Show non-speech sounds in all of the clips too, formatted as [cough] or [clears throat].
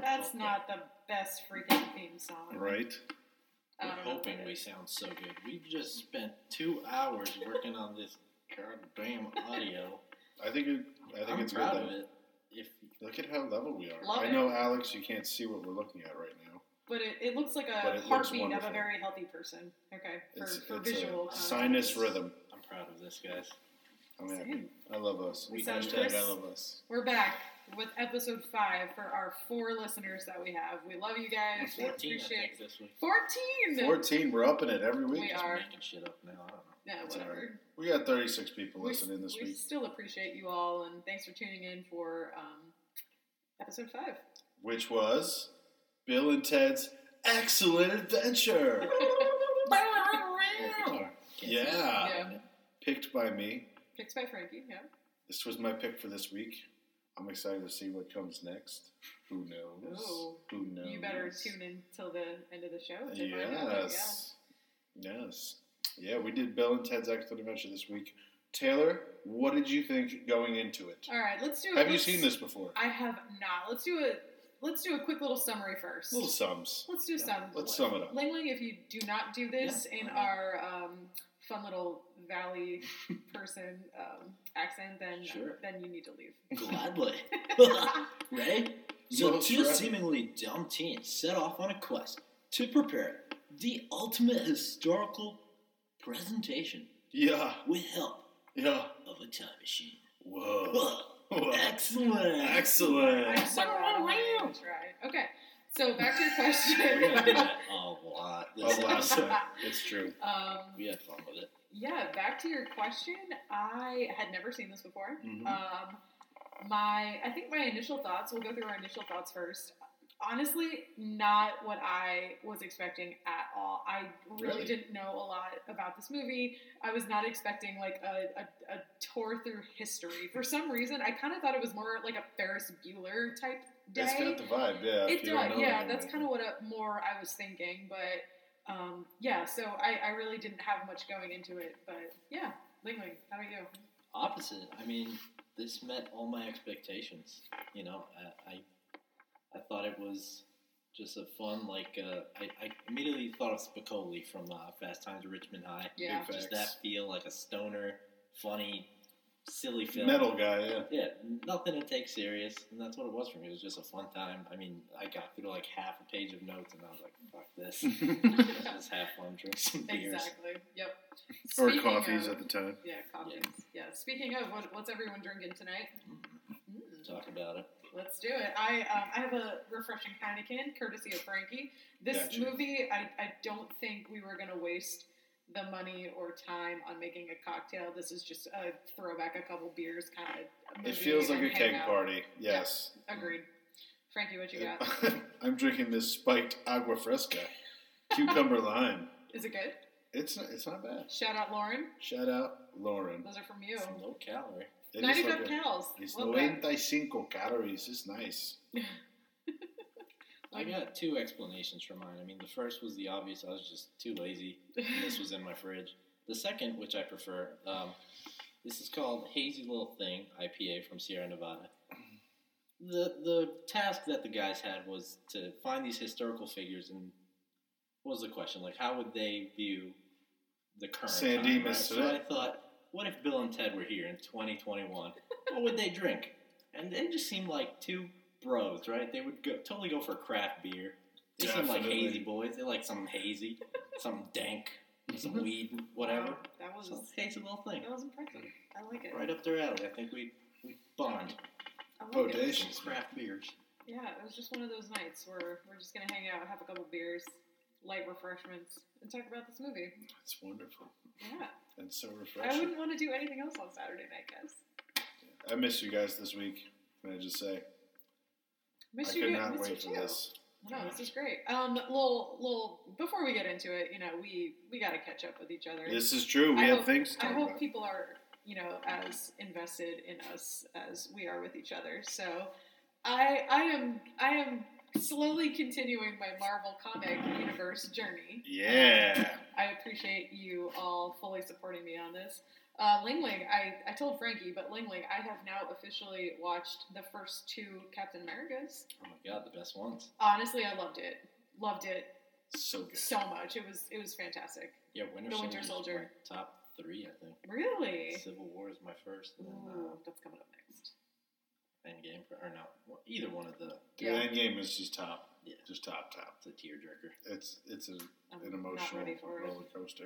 that's not the best freaking theme song. Right? I We're don't know hoping what we it is. sound so good. We just spent two hours working on this goddamn audio. I think it, I think I'm it's good. proud of though. it. If Look at how level we are. Love I it. know, Alex, you can't see what we're looking at right now. But it, it looks like But it a looks heartbeat of wonderful. a very healthy person. Okay, for, It's, for it's visual. a content. sinus rhythm. I'm proud of this, guys. I'm happy. Same. I love us. We We sound hashtag crisp. I love us. We're back with episode five for our four listeners that we have. We love you guys. We 14, I appreciate think, this week. 14! 14, we're upping it every We week. Just are. making shit up now. I don't know. Yeah, It's whatever. alright. We got 36 people We- listening this we week, still appreciate you all, and thanks for tuning in for um, episode [laughs] five. which was Bill and Ted's [laughs] Excellent Adventure. Little guitar. Can't Yeah. see it. Yeah. Picked by me. Picked by Frankie, yeah. This was my pick for this week. I'm excited to see what comes next. Who knows? Oh, Who knows? You better tune in till the end of the show to find out. but Yes. Yes. Yeah, we did Bill and Ted's Excellent Adventure this week. Taylor, what did you think going into it? Yeah. All right, let's do. a- Have you let's- seen this before? I have not. Let's do a let's do a quick little summary first. Little sums. Let's do some. Let's sum it up. Ling Ling, if you do not do this Yeah, in why not? our um, fun little [laughs] valley person um, accent, then Sure. then you need to leave. [laughs] Gladly. [laughs] Ray, No so two stress. seemingly dumb teens set off on a quest to prepare the ultimate historical presentation Yeah. with help Yeah. of a time [laughs] machine. Whoa. Whoa, Whoa. Excellent. I'm Excellent. so glad I tried. Okay, so back to your question. [laughs] We're gonna do that a lot. This A lot. episode. It's true. um, We had fun with it. yeah, back to your question. I had never seen this before. Mhm. Um, my, I think my initial thoughts. We'll go through our initial thoughts first. Honestly, not what I was expecting at all. I really, Really? didn't know a lot about this movie. I was not expecting like a, a, a tour through history. For some reason, I kind of thought it was more like a Ferris Bueller type day. It's got the vibe, yeah. if It you don't does, know yeah. anything That's about kind of what a, more I was thinking, but um, yeah. So I, I really didn't have much going into it, but yeah. Ling Ling, how about you? Opposite. I mean, this met all my expectations. You know, I I, I thought it was just a fun like. Uh, I, I immediately thought of Spicoli from uh, Fast Times at Richmond High. Yeah. Big Just facts. that feel like a stoner, funny, silly film. Metal guy, yeah. Yeah, nothing to take serious, and that's what it was for me. It was just a fun time. I mean, I got through like half a page of notes, and I was like, "Fuck [laughs] this! Let's just have fun, drink some beers." Exactly. Yep. or Speaking coffees of- at the time. Yeah, coffees. Yeah. Speaking of, what, what's everyone drinking tonight? Mm, Mm-hmm. Mm, Talk about it. let's do it. I um, I have a refreshing Heineken, courtesy of Frankie. This Gotcha. movie, I, I don't think we were gonna waste the money or time on making a cocktail. This is just a throwback, a couple beers kind of. It feels like a keg party. party. Yes. Agreed. Frankie, what you [laughs] got? I'm drinking this spiked agua fresca, [laughs] cucumber lime. Is it good? It's not, it's not bad. Shout out Lauren. Shout out Lauren. Those are from you. It's low calorie. It is 95 like a- cows. It's Love that. 95 calories. It's nice. I got two explanations for mine. I mean, the first was the obvious. I was just too lazy, and [laughs] this was in my fridge. The second, which I prefer, um, this is called Hazy Little Thing IPA from Sierra Nevada. The the task that the guys had was to find these historical figures, and what was the question? Like, how would they view the current San time, Dimas right? So I today. thought, what if Bill and Ted were here in 2021? what would they drink? And they just seemed like two bros, right? They would go, totally go for craft beer. They seem like Definitely. hazy boys. They like something hazy, something dank, Mm-hmm. some weed, whatever. Wow, that was So it's a hazy little thing. that was impressive. I like it. Right up their alley. I think we we bond. I like it. Bodacious. Some craft beers. Yeah, it was just one of those nights where we're just gonna hang out, have a couple beers, light refreshments, and talk about this movie. It's wonderful. Yeah, And so I refreshing. wouldn't want to do anything else on Saturday night, guys. I, miss you guys this week. Can I just say? Miss I you, could guys- not miss you wait for too. this. No, this is great. Um, little, little. Before we get into it, you know, we we gotta catch up with each other. This is true. I We have hope- things to I talk hope about. people are, you know, as invested in us as we are with each other. So I I am I am slowly continuing my Marvel comic universe journey. Um, yeah. I appreciate you all fully supporting me on this. Uh, Ling Ling, I, I told Frankie, but Ling Ling, I have now officially watched the first two Captain Americas. Oh my god, the best ones. Honestly, I loved it. Loved it So good. so much. It was it was fantastic. Yeah, Winter The Soldier. Winter Soldier. top three, I think. Really? Civil War is my first, and then Ooh, that's coming up next. uh, Endgame, or no, well, either one of the. Dude, Yeah. that game is just top. Yeah. Just top top. It's a tearjerker. It's it's a, I'm an not emotional ready for it. roller coaster.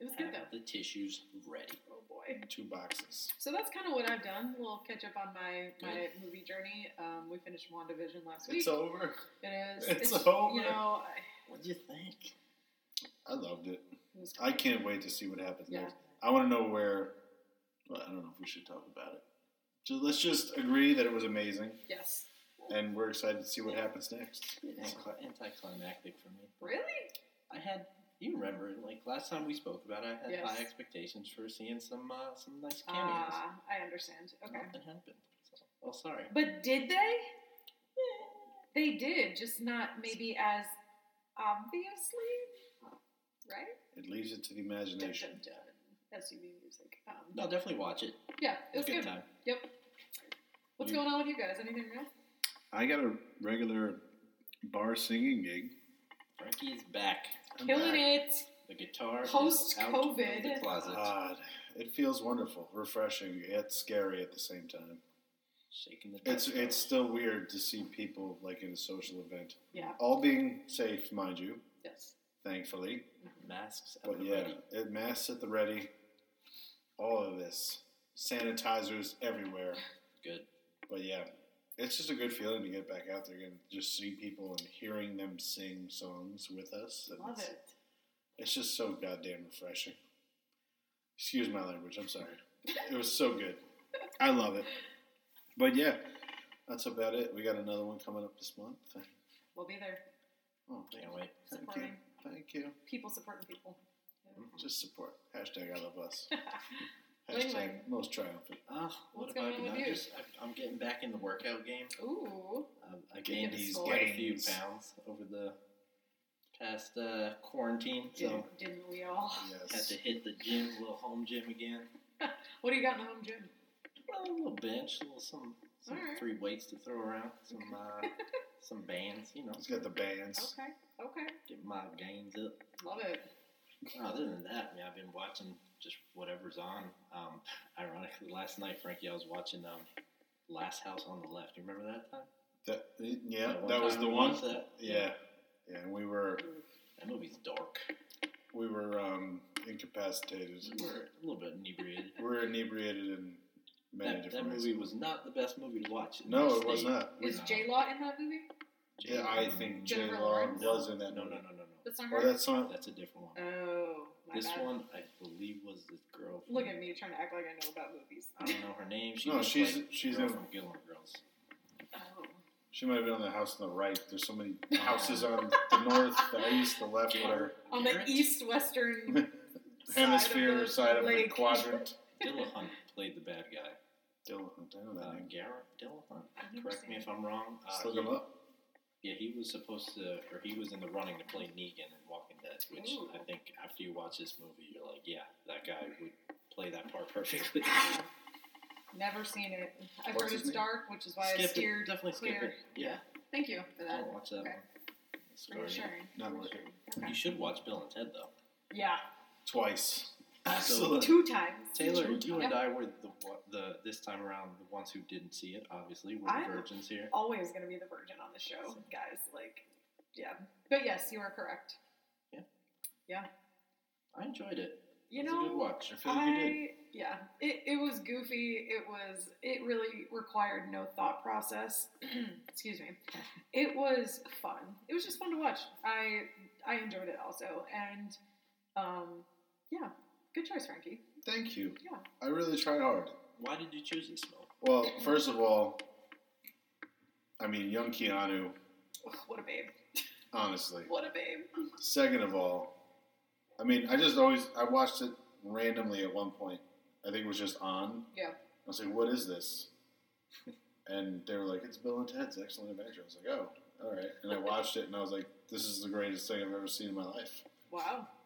It was I good have though. the tissues ready. Oh boy. Two boxes. So that's kind of what I've done. We'll catch up on my my Good. movie journey. Um, we finished WandaVision last week. It's over. it is. it's over. You know, I, What do you think? I loved it. it was I great. can't wait to see what happens Yeah. next. I want to know where. Well, I don't know if we should talk about it. Just, let's just agree that it was amazing, Yes. and we're excited to see what happens next. Anti- anticlimactic for me. Really? I had you remember like last time we spoke about it, I had Yes. high expectations for seeing some uh, some nice cameos. Ah, I understand. Okay. Nothing happened. So, oh, sorry. But did they? They did, just not maybe as obviously, right? It leaves it to the Dun, imagination. dun, dun. SUV music. Um, No, definitely watch it. Yeah, it was It's a good. good time. Yep. What's You- going on with you guys? Anything real? I got a regular bar singing gig. Frankie is back. I'm Killing back. it. The guitar is Post out COVID. of the closet. God, it feels wonderful, refreshing, yet scary at the same time. Shaking the It's dust it's off. still weird to see people like in a social event, Yeah. all being safe, mind you, Yes. thankfully. masks at But the yeah, ready. it masks at the ready. All of this, sanitizers everywhere. Good. But yeah, it's just a good feeling to get back out there and just see people and hearing them sing songs with us. And Love it's, it. It's just so goddamn refreshing. Excuse my language. I'm sorry. It was so good. I love it. But yeah, that's about it. We got another one coming up this month. We'll be there Oh, thank Can't wait. thank you. supporting Thank you. people supporting people. Mhm. Just support. Hashtag I love [laughs] us. Bling, Hashtag bling. most triumphant. Ah, what What's have I going on been with up- you? just- I- I'm getting back in the workout game. Ooh. Um, I Get gained these quite a few gains. pounds over the past uh, quarantine, so Yeah. Didn't we all? had Yes. to hit the gym, little home gym again. What do you got in the home gym? Well, a little bench, a little some, some Alright. three weights to throw around, some [laughs] uh, some bands, you know, He's got the bands. Okay. Okay. get my gains up. Love it. Other than that, I mean, I've been watching just whatever's on. Um, ironically, last night, Frankie, I was watching um, Last House on the Left. You remember that time? That, yeah, one that was time the we one. watched That. Yeah. Yeah, and we were that movie's dark. we were um, incapacitated. We were a little bit inebriated. We were inebriated in [laughs] many that, that different ways. movie was not the best movie to watch. in No, this it was state. not. Is No. J Law in that movie? Yeah, I think J Jennifer Law Lawrence? was in No, that. no, no, movie. no, no. That's not Or her. that song. That's a different one. Oh, my This bad. one, I believe, was the girl. From, Look at me trying to act like I know about movies. I don't know her name. She No, was she's like she's girl in. from Gilmore Girls. Oh. She might have been on the house on the right. There's so [laughs] many houses on the north, the east, the left, whatever On Garrett the E- east western hemisphere or side of the lake. quadrant. [laughs] Dillahunt played the bad guy. Dillahunt, I know that Uh, name. Garrett Dillahunt. [laughs] I've never Correct seen me it. if I'm wrong. Just Uh, look him he, up. yeah, he was supposed to, or he was in the running to play Negan in Walking Dead, which Ooh. I think after you watch this movie, you're like, yeah, that guy would play that part [laughs] perfectly. Never seen it. I've What's heard his it's name? dark, which is why I skip steered it. Definitely skip clear. it. Oh, Yeah, Thank you for that. don't watch that Okay. one. It's guarded. Reassuring. Not worth Reassuring. You Okay. should watch Bill and Ted though. Yeah, Twice. Absolutely. Excellent. two times. Taylor, Two you and times. I were the wa- the this time around the ones who didn't see it. Obviously, we're I'm- the virgins here. Always gonna be the virgin on the show, guys. Like, yeah. But yes, you are correct. I enjoyed it. You it was a good know, watch. I feel like you did. I yeah, it, it was goofy. It was it really required no thought process. [clears throat] Excuse me. It was fun. It was just fun to watch. I I enjoyed it also, and um, yeah, good choice, Frankie. Thank you. Yeah. I really tried hard. Why did you choose this film? Well, first of all, I mean, young Keanu, Ugh, what a babe! honestly. What a babe! Second of all, I mean, I just always I watched it randomly at one point. I think it was just on. Yeah. I was like, "What is this?" [laughs] And they were like, "It's Bill and Ted's Excellent Adventure." I was like, "Oh, all right." And I watched it, and I was like, "This is the greatest thing I've ever seen in my life." Wow. [laughs]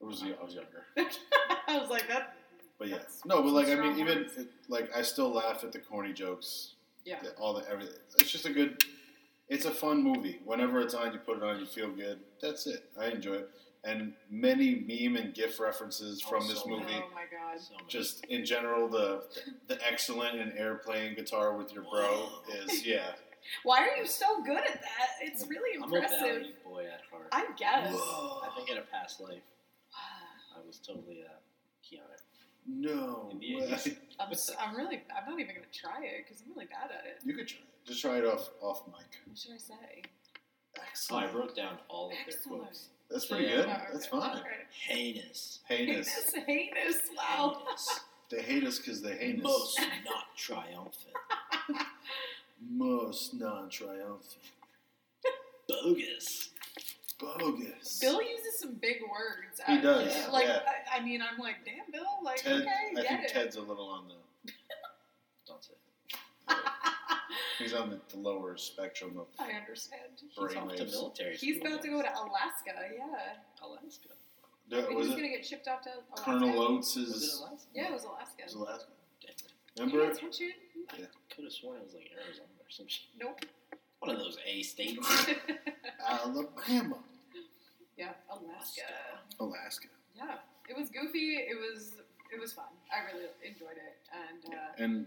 It was I was younger. I was like that. But yeah, That's- no, but like I some mean, strong even words. it, like I still laugh at the corny jokes. Yeah. the- all the everything. It's just a good. It's a fun movie. Whenever it's on, you put it on, you feel good. That's it. I enjoy it. And many meme and GIF references from Oh, this so Oh movie. many. my god. So many. Just in general, the the excellent and airplane guitar with your bro [laughs] is yeah. Why are you so good at that? It's really I'm a impressive. valley boy at heart. I guess. I think in a past life, I was totally uh, Keanu. No, In the way. 80s. [sighs] I'm, s am really. I'm not even gonna try it because I'm really bad at it. [laughs] you could try. it. Just try it off off mic. What should I say? Oh, I Excellent. wrote down all of their Excellent. quotes. That's pretty Yeah. good. Oh, okay. That's fine. Alright. Heinous. Heinous. Heinous, [laughs] heinous. Wow. Heinous. They hate us because they hate us. Most not triumphant. Most non-triumphant. Bogus. Bogus. Bill uses some big words. He I- does, Like yeah. I, I mean, I'm like, damn, Bill. Like, Ted, okay, I get think it. Ted's a little on the Don't say it. he's on the, the lower spectrum of I understand. He's off to brainwaves. military He's school about to now. go to Alaska. Yeah. Alaska. There- Wait, was he's it gonna get shipped off to Alaska. Colonel Oates' Was it is Alaska? Yeah, it was Alaska. is Alaska? Damn it. Pay Remember? attention. Could have sworn it was like Arizona or some shit. Nope. [laughs] One of those A states. Alabama. yeah, Alaska. Alaska. Yeah, it was goofy. It was it was fun. I really enjoyed it. And uh, And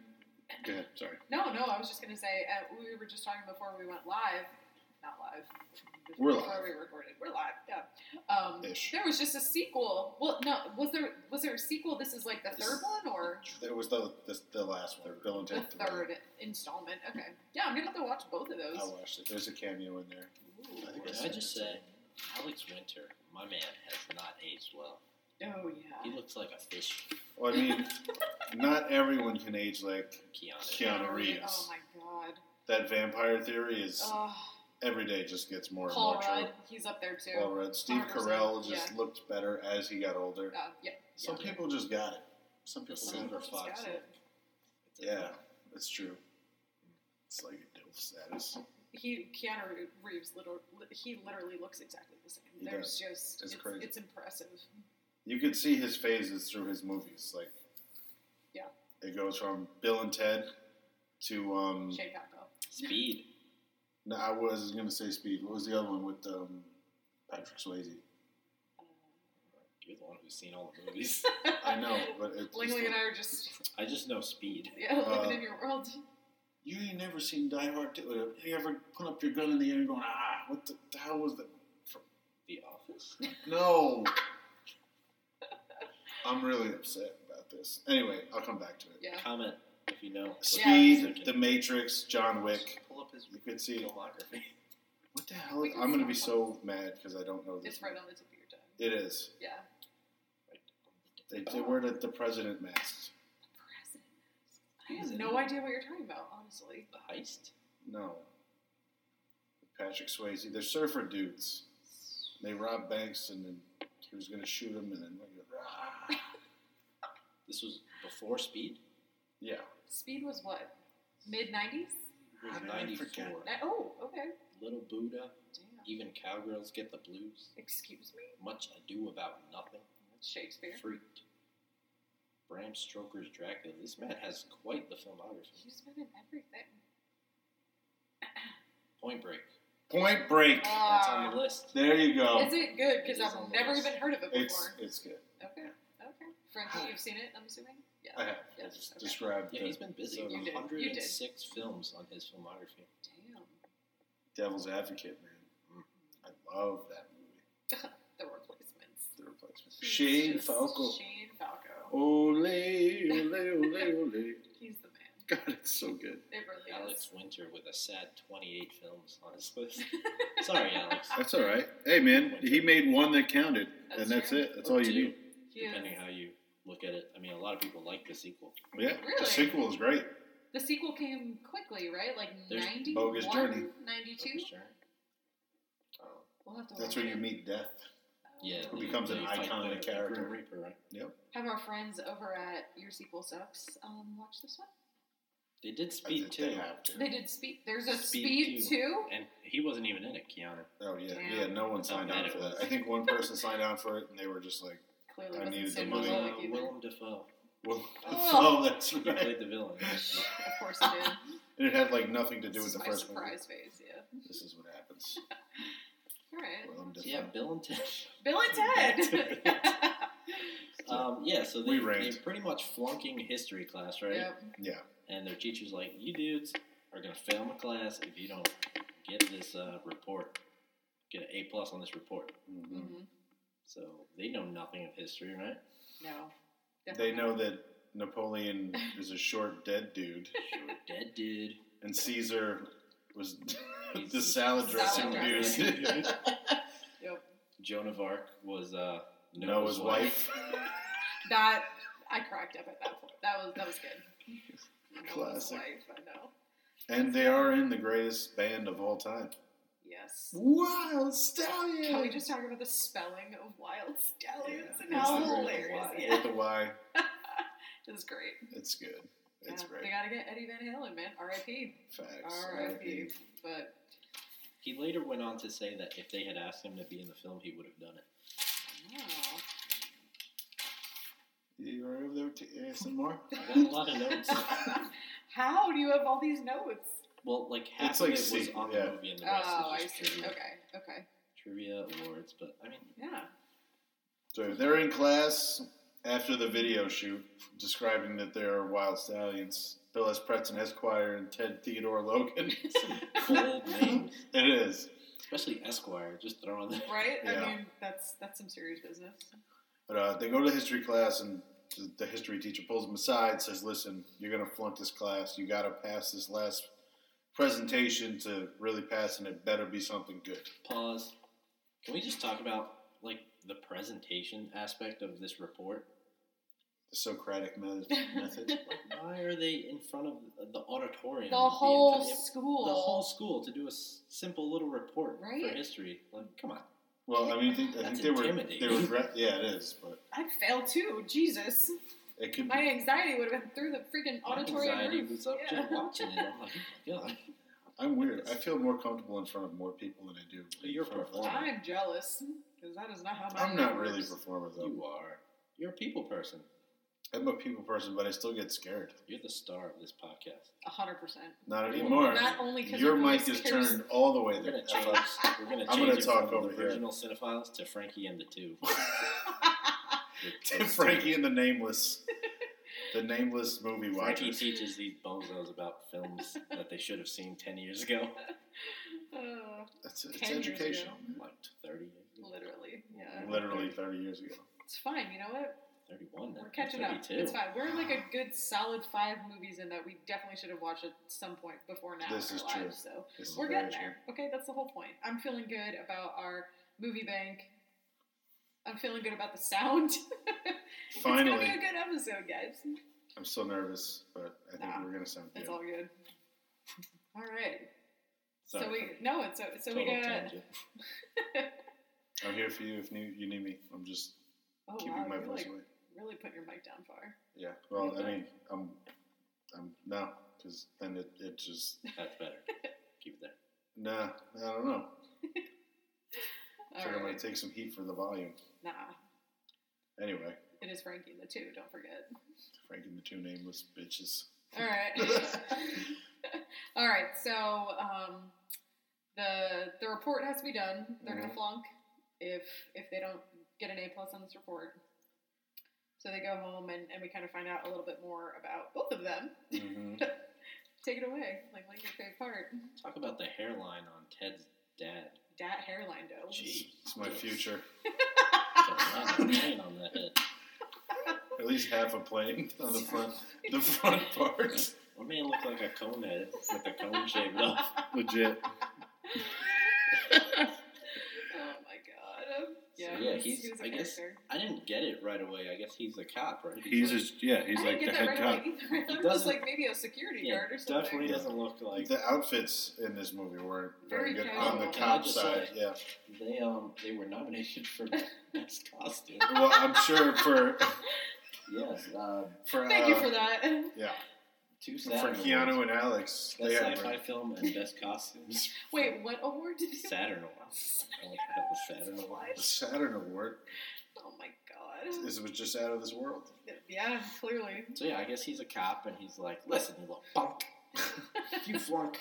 go ahead, sorry. no, no, I was just gonna say uh, we were just talking before we went live. Not live. We're before live. we recorded. We're live. Yeah. Um, Ish. There was just a sequel. Well, no, was there was there a sequel? This is like the This third is- one or It was the the, the last one. Bill and the Ted third installment? Okay. Yeah, I'm gonna have to watch both of I those. watched it. There's a cameo in there. Ooh. I think Can it's- I just say, Alex Winter, my man, has not aged well. Oh He yeah. looks like a fish Well, I mean, [laughs] not everyone can age like Keanu. Keanu Oh Reeves. my god. that. Vampire theory is Oh. every day just gets more and Paul more Rudd, true. he's up there too. Paul Rudd. Steve 100%, Carell just looked better as he got older. Uh, yeah, Some yeah. people just got it. Some The people got it. silver He's fox. got it. It's a- Yeah, that's true. It's like a DILF status. he Keanu Reeves, little, he literally looks exactly the same. He There's just It's it's, crazy. it's impressive. You could see his phases through his movies. Like, Yeah. it goes from Bill and Ted to um. Shane Falco. Speed. No, I was gonna say Speed. What was the other one with um, Patrick Swayze? You're the one who's seen all the movies. I know, [laughs] but it's Langley and I are just [laughs] I just know Speed. yeah, Uh, living in your world. you ain't never seen Die Hard. Do you ever put up your gun in the air and going, ah, what the, the hell was that? The Office. No. I'm really upset about this. Anyway, I'll come back to it. Yeah, Comment if you know. Speed, Yeah. The Matrix, John Wick. Just Pull up his You could see it. filmography. What the hell? We can I'm going to stop be on so mad because I don't know this. it's right on the tip of your tongue. It is. Yeah, They, they wear the, the president masks. president. I have no idea what you're talking about, honestly. The heist. No. Patrick Swayze. They're surfer dudes. They robbed banks and then he was going to shoot him and then. "Ah." [laughs] This was before Speed. Yeah. Speed was what mid nineties. It How was did I forget? '94. Oh, okay. Little Buddha. Damn. Even cowgirls get the blues. Excuse me. Much ado about nothing. That's Shakespeare. Freaked. Bram Stoker's Dracula. This man has quite the filmography. He's been in everything. Point Break. Point Break. That's on Ah. the list. There you go. Uh, Is it good? It is Because I've on the never list. even heard of it before. It's, it's good. Okay. Okay. Frankie, you've seen it, I'm assuming? Yeah. Oh. I have. I Yes, just okay. described Yeah, the he's been busy. You did. You 106 films on his filmography. Damn. Devil's Advocate, man. Mm-hmm. I love that movie. The replacements. The replacement. He's Shane just Falco. Shane Falco. Ole, ole, ole, ole. He's the man. God, it's so good. It really Alex is. Winter with a sad 28 films on [laughs] his list. Sorry, Alex. That's all right. Hey, man, he made one that counted, and that's true. it. That's all you Two, need. He is- Depending how you look at it. I mean, a lot of people like the sequel. Yeah, Really? the sequel is great. The sequel came quickly, right? Like There's 91, Bogus Journey. 92? Sure. Oh, We'll have to That's watch where you it. meet death. yeah. Oh. It becomes an They fight iconic the- the character. Grim Reaper, right? Have our friends over at Your Sequel Sucks um, watch this one. They did I Speed think they too. have to. They did Speed. There's a Speed Speed, two. 2? And he wasn't even in it, Keanu. Oh yeah, Damn. yeah. No one That's how signed bad on it for that. was. [laughs] I think one person signed on for it, and they were just like, Clearly I wasn't needed the super money. public Uh, either. Willem Dafoe. [laughs] Will Oh. oh, that's You right. played the villain. [laughs] Of course [laughs] I did. And it had like nothing to do This with is the my first movie. surprise face, yeah. This is what [laughs] happens. All right. Well, I'm So yeah, different. Bill and [laughs] Ted. Bill and Ted. [laughs] Um, yeah, so We they, rant. they're pretty much flunking history class, right? Yep. And their teacher's like, you dudes are going to fail my class if you don't get this uh, report. Get an A plus on this report. Mhm. hmm So they know nothing of history, right? No. They Definitely know not. that Napoleon is a short, dead dude, Sure, dead dude. and Caesar was [laughs] He's the a salad dressing salad dressing dude. Yep. Joan of Arc was uh, [laughs] [laughs] Noah's wife. That I cracked up at that point. That was that was good. Noah's Classic. wife, I know. And they are in the greatest band of all time. Yes. Wild Stallion! Can we just talk about the spelling of wild stallions Yeah. and how It's the hilarious? wild. Yeah, [laughs] With the Y, it was great. it's good. It's yeah, They great. gotta get Eddie Van Halen, man. R.I.P. Facts. R.I.P. But He later went on to say that if they had asked him to be in the film, he would have done it. no. You were over there to ASMR? [laughs] I got a lot of notes. how do you have all these notes? Well, like half It's of like it was secret, on yeah. the movie, and the rest Oh, is I just see. trivia, Okay, okay, trivia awards. But I mean, yeah. So they're in class after the video shoot, describing that they are wild stallions. Bill S. Pretson Esquire and Ted Theodore Logan. [laughs] [laughs] bold names, it is. especially Esquire, just throwing the Right? I Yeah. mean, that's that's some serious business. But uh, they go to history class, and th- the history teacher pulls them aside, says, "Listen, you're gonna flunk this class. You gotta pass this last presentation to really pass, and it better be something good." pause. Can we just talk about like the presentation aspect of this report? The Socratic me- [laughs] method. the Like, why are they in front of the auditorium? the whole entire- school. the whole school to do a s- simple little report for Right? history? Like, come on. Well, I mean, I think, I That's think they were they intimidating. were dre- yeah, it is, but I'd fail too. Jesus, it could my be anxiety would have been through the freaking My auditorium anxiety roof. was up Yeah. just watching [laughs] it. I'm like, oh my god. I'm weird. I feel more comfortable in front of more people than I do. in You're front of performing. them. I'm jealous because that is not how my I'm not brain really works. a performer though. You are. You're a people person. I'm a people person, but I still get scared. You're the star of this podcast. a hundred percent. Not Well, anymore. Not only because Your mic is [laughs] turned all the way [laughs] We're there. gonna change. We're gonna change I'm gonna it talk from over the here. original cinephiles to Frankie and [laughs] the Two. To Frankie and the Nameless, [laughs] the Nameless movie Frankie watchers. teaches these bozos about films [laughs] that they should have seen ten years ago, Uh, It's, it's 10 years educational. Mm-hmm. like thirty, years ago. literally, yeah. Literally 30 years ago. It's fine. You know what? thirty-one. now, We're catching up. 32. It's fine. We're like a [sighs] good solid five movies in that we definitely should have watched at some point before now. This in is our true. lives, So This is we're very getting there. Okay, that's the whole point. I'm feeling good about our movie bank. I'm feeling good about the sound. [laughs] true. it's Finally, gonna be a good episode, guys. I'm still nervous, but I think Nah, we're going to sound It's good. all good. All right. Sorry. So we no, it's so so Total we got. tangent. I'm here for you if you, you need me. I'm just Oh keeping wow, my you're voice like away. really putting your mic down far. Yeah. Well, I Okay. mean, I'm, I'm no, because then it, it just, That's [laughs] better. Keep it there. nah, I don't know. All Figure I right. might take some heat for the volume. Nah, Anyway, it is Frankie and the two. Don't forget. Frank and the two nameless [laughs] bitches. All right. [laughs] All right. So um, the the report has to be done. They're Mhm. gonna flunk if if they don't get an A plus on this report. So they go home and, and we kind of find out a little bit more about both of them. hmm Take it away. Like, what's your favorite part? Talk about the hairline on Ted's [laughs] dad. Dat hairline dough. Gee. It's my future. Got a lot of mane on that head. At least half a plane [laughs] on the front, [laughs] the front part. My man looked like a cone head with the [laughs] cone shaved off. Legit. Oh my god. Yeah, yeah, he was- he he's- was a I guess- character. I didn't get it right away. I guess he's a cop, right? He's like- just yeah. He's I like the didn't head get that cop. right away either. [laughs] I He thought it was doesn't- like maybe a security yeah, guard or something. definitely doesn't look like The outfits in this movie weren't very, Very good on the casual. cop Just side. like- Yeah. they um they were nominated for [laughs] best costume. Well, I'm sure for [laughs] Yes, uh, for uh, Thank you for that. [laughs] yeah two for Saturn Keanu awards. and Alex. Best they had sci-fi film and best costumes. [laughs] Wait, what award did they Saturn Awards. I don't know what the hell was Saturn Awards. Saturn Award. Oh my god. God. This was just out of this world. Yeah, clearly. So yeah, I guess he's a cop, and he's like, "Listen, you little [laughs] punk, if you flunk,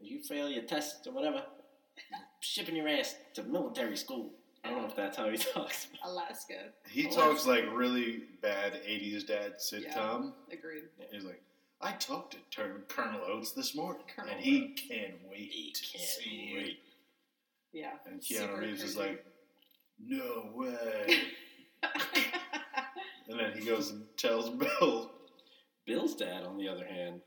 if you fail your test or whatever, I'm shipping your ass to military school." I don't know if that's how he [laughs] talks. Alaska. He Oh, talks like really bad 80s dad sitcom. Agreed. He's like, I talked to Turn- Colonel Oates this morning, Colonel and he can't wait He to can't see you." wait. Yeah. And Keanu Super Reeves is creepy. like, no way. and then he goes and tells Bill, Bill's dad, on the other hand,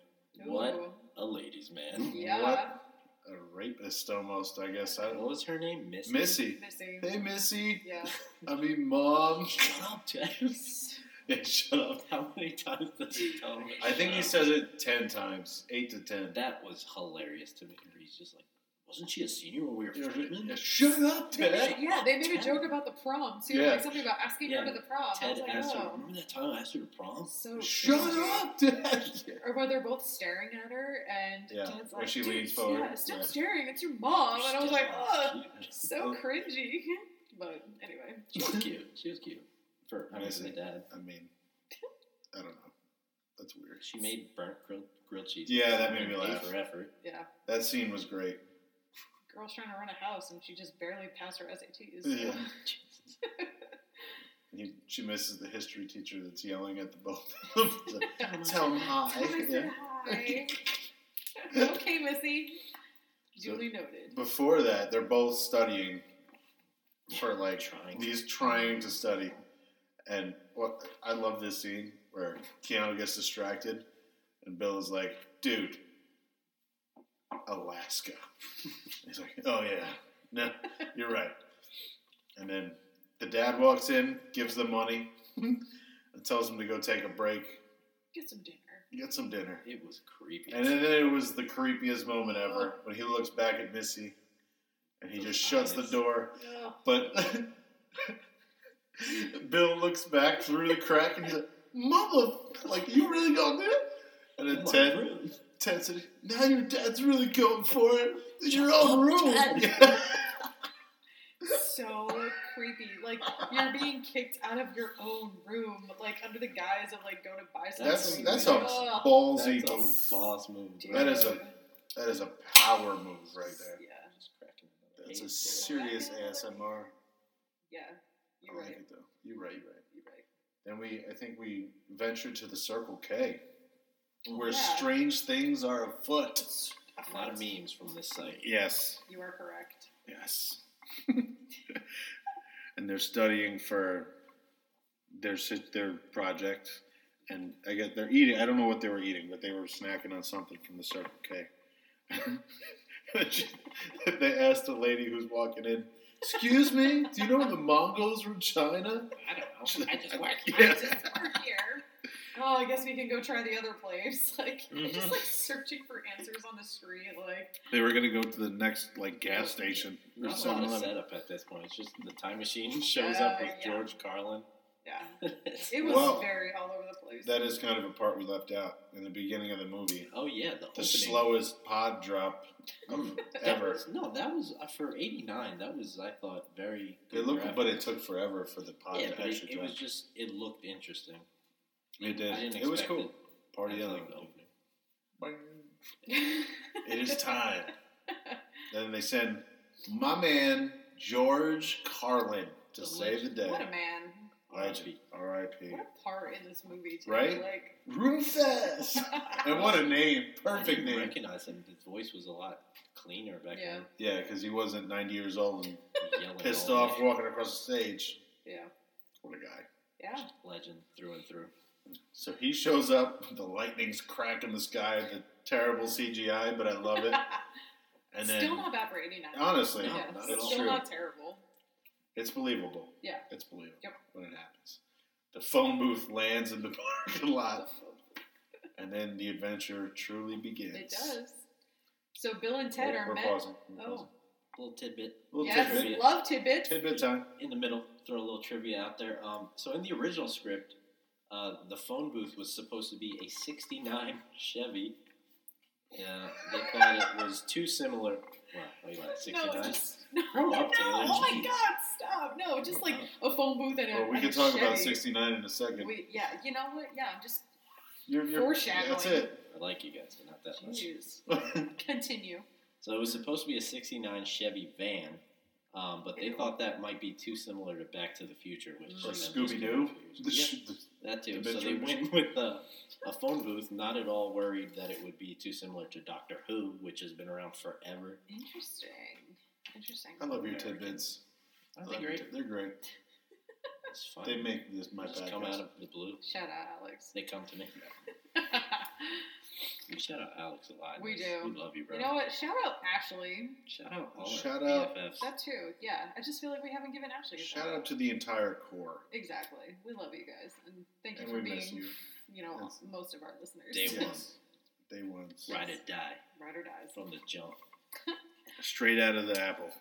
what [laughs] Ooh. a ladies' man. Yeah. What? a rapist almost, I guess. I don't What was her name? Miss Missy. Missing. Hey, Missy. Yeah. I mean, Mom. [laughs] Shut up, James. Yeah, shut up. How many times does he tell me? I think he said says it 10 times, 8 to 10. that was hilarious to me. Where he's just like, "Wasn't she a senior when we were freshmen?" Yeah, Shut up, They Dad. made, yeah, they made a joke about the prom too, Yeah. like something about asking Yeah. her to the prom. I Ted was like, asked her, oh, "Remember that time I asked her to prom?" so Shut creepy. up, Dad. [laughs] Or where they're both staring at her, and Yeah, Ted's where like, she "Dude, leans forward, Yeah, stop yeah. staring. It's your mom. And I was like, oh, She so cringy. [laughs] But anyway, was cute. She was cute. For I mean, for the Amazing. dad, I mean, I don't know. That's weird. she made burnt grilled grilled cheese. Yeah, that made me A laugh. For effort. yeah, That scene was great. girl's trying to run a house, and she just barely passed her SATs. [laughs] Yeah. And he, she misses the history teacher that's yelling at the both of [laughs] them. to Tell him Tell her I hi. said Yeah. hi. [laughs] okay, Missy. Duly noted. Before that, they're both studying for like Trying. he's trying to study. And what I love this scene where Keanu gets distracted and Bill is like, dude, Alaska. [laughs] he's like, oh yeah, no, you're right. And then the dad walks in, gives them money, [laughs] and tells them to go take a break, Get some dinner. get some dinner. It was creepy. And then it was the creepiest moment ever when he looks back at Missy and he Those just shuts the eyes. door. Ugh. But [laughs] Bill looks back through the crack and he's like, Mother, like, you really gonna do it? And In then Oh my Ted, room. Ted said, Now your dad's really going for it. It's your own room. [laughs] Ted. so creepy. Like you're being kicked out of your own room, like under the guise of like go to buy That's something. that's a Ugh. ballsy That's move. a boss move. Dude. that is a- That is a power move right there. Yeah, Just cracking another That's a egg. serious ASMR. yeah. You're Oh, I like right. it though. You're right, you're right. You're right. Then we, I think we ventured to the Circle K, where Yeah. strange things are afoot. A lot of memes from this site. Yes, You are correct. [laughs] yes. and they're studying for their sit- their project, and I get they're eating. I don't know what they were eating, but they were snacking on something from the Circle K. [laughs] they asked the lady who's walking in, "Excuse me, do you know the Mongols from China?" I don't know. I [laughs] just work. I Yeah. just we're here. Oh, I guess we can go try the other place. [laughs] Like you're just Mm-hmm. Mhm. like searching for answers on the street. Like They were gonna go to the next like gas station. or Not a lot of 7-Eleven. setup at this point. It's just the time machine shows up [laughs] Oh, with Yeah, yeah. George Carlin. [laughs] yeah, It's- it was Well, very all over the place. That is kind of a part we left out in the beginning of the movie. oh yeah, the, The opening. slowest pod drop of Mm. [laughs] That ever. was- no, that was uh, for '89. That was, I thought, very. It looked, graphic. but it took forever for the pod yeah, to but it, actually it drop. was just it looked interesting. It did. I didn't It was expect cool. Party I on. liked the opening. It is time. [laughs] then they send my man George Carlin to The save the legend. [laughs] day. what a man! Legend. R.I.P. What a part in this movie, too. Right? Like Rufus. [laughs] and what a name! I Perfect didn't name. Recognize him. His voice was a lot cleaner back Yeah. Yeah, because he wasn't 90 years old and then. Yelling pissed all off day. walking across the stage. yeah, What a guy. yeah. Legend through and through. So he shows up, the lightning's cracking the sky, the terrible CGI, but I [laughs] love it. And then, still not bad for 89. honestly, No, yeah, not at still it's all. true. not terrible. It's believable. Yeah. It's believable Yep. when it happens. The phone booth lands in the [laughs] parking lot, and then the adventure truly begins. It does. So Bill and Ted we're, are we're met. pausing. We're Oh. pausing. Little tidbit Little yes, tidbit. trivia. love tidbits. Tidbit time. in the middle. Throw a little trivia out there. Um, so in the original script, uh, the phone booth was supposed to be a '69 Chevy. Yeah, they thought it was too similar Wow, what, you want, 60 No, times? just [laughs] no, Grow no, up, Taylor. Oh my Jeez. God, stop! No, just [laughs] like a phone booth and a. Well, and we a can talk about Chevy. 69 in a second. We, yeah, you know what? Yeah, I'm just You're, you're, Foreshadowing. That's it. I like you guys, but not that much. Jeez. Continue. So it was supposed to be a 69 Chevy van, um, but they Ew. thought that might be too similar to Back to the Future, which Or was Scooby-Doo? Yeah, [laughs] The sh- the- that too. The So they Midterm went [laughs] with a, a phone booth, not at all worried that it would be too similar to Doctor Who, which has been around forever. Interesting. Interesting. I love your American. tidbits. I They're love your great. tid- They're great. It's fun. They make this my just come out podcast. of the blue. Shout out, Alex. [laughs] They come to me. We shout out Alex a lot. We do. We love you, bro. you know what? Shout out Ashley. shout out all Shout our out- BFFs. That too. Yeah, I just feel like we haven't given Ashley a Shout out to the entire core. Exactly. We love you guys, and thank you And for we being, miss you. know, Yes. most of our listeners. Day one. Yes. Day one. Ride or die Ride or dies. from the jump. Straight out of the apple.